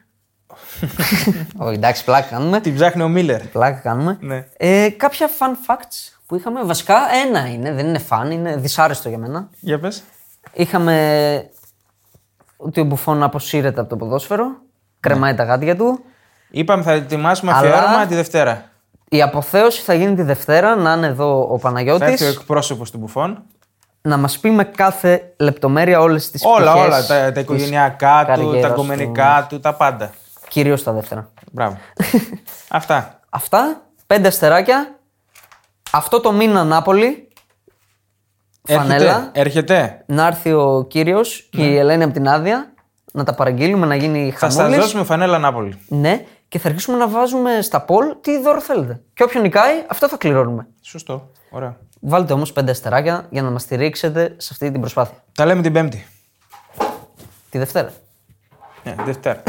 Όχι, εντάξει, πλάκα κάνουμε. Την ψάχνει ο Μίλλερ. Πλάκα κάνουμε. Ναι. Ε, κάποια fun facts που είχαμε. Βασικά ένα είναι, δεν είναι fun, είναι δυσάρεστο για μένα. Για πες. Είχαμε ότι ο Μπουφόν αποσύρεται από το ποδόσφαιρο, κρεμάει τα γάντια του. Είπαμε θα ετοιμάσουμε Αλλά- αφιέρωμα τη Δευτέρα. Η αποθέωση θα γίνει τη Δευτέρα, να είναι εδώ ο Θα έρθει ο Παναγιώτης. εκπρόσωπος του Μπουφών. να μας πει με κάθε λεπτομέρεια όλες τις Όλα, πτυχές όλα. Τα, τα της οικογενειακά του, τα καριέρας κομμενικά του, τα πάντα. του, Κυρίως τα δεύτερα. [laughs] Μπράβο. Αυτά. Αυτά, πέντε αστεράκια. Αυτό το μήνα Νάπολη, φανέλα, Έρχεται. έρχεται. να έρθει ο κύριος και η Ελένη από την άδεια, να τα παραγγείλουμε να γίνει Ναι. Θα σας χαμούλης. δώσουμε φανέλα Νάπολη. Ναι, και θα αρχίσουμε να βάζουμε στα poll τι δώρο θέλετε. Και όποιον νικάει, αυτό θα κληρώνουμε. Σωστό. Ωραία. Βάλτε όμως πέντε αστεράκια για να μας στηρίξετε σε αυτή την προσπάθεια. Τα λέμε την Πέμπτη. Τη Δευτέρα. Ναι, Δευτέρα.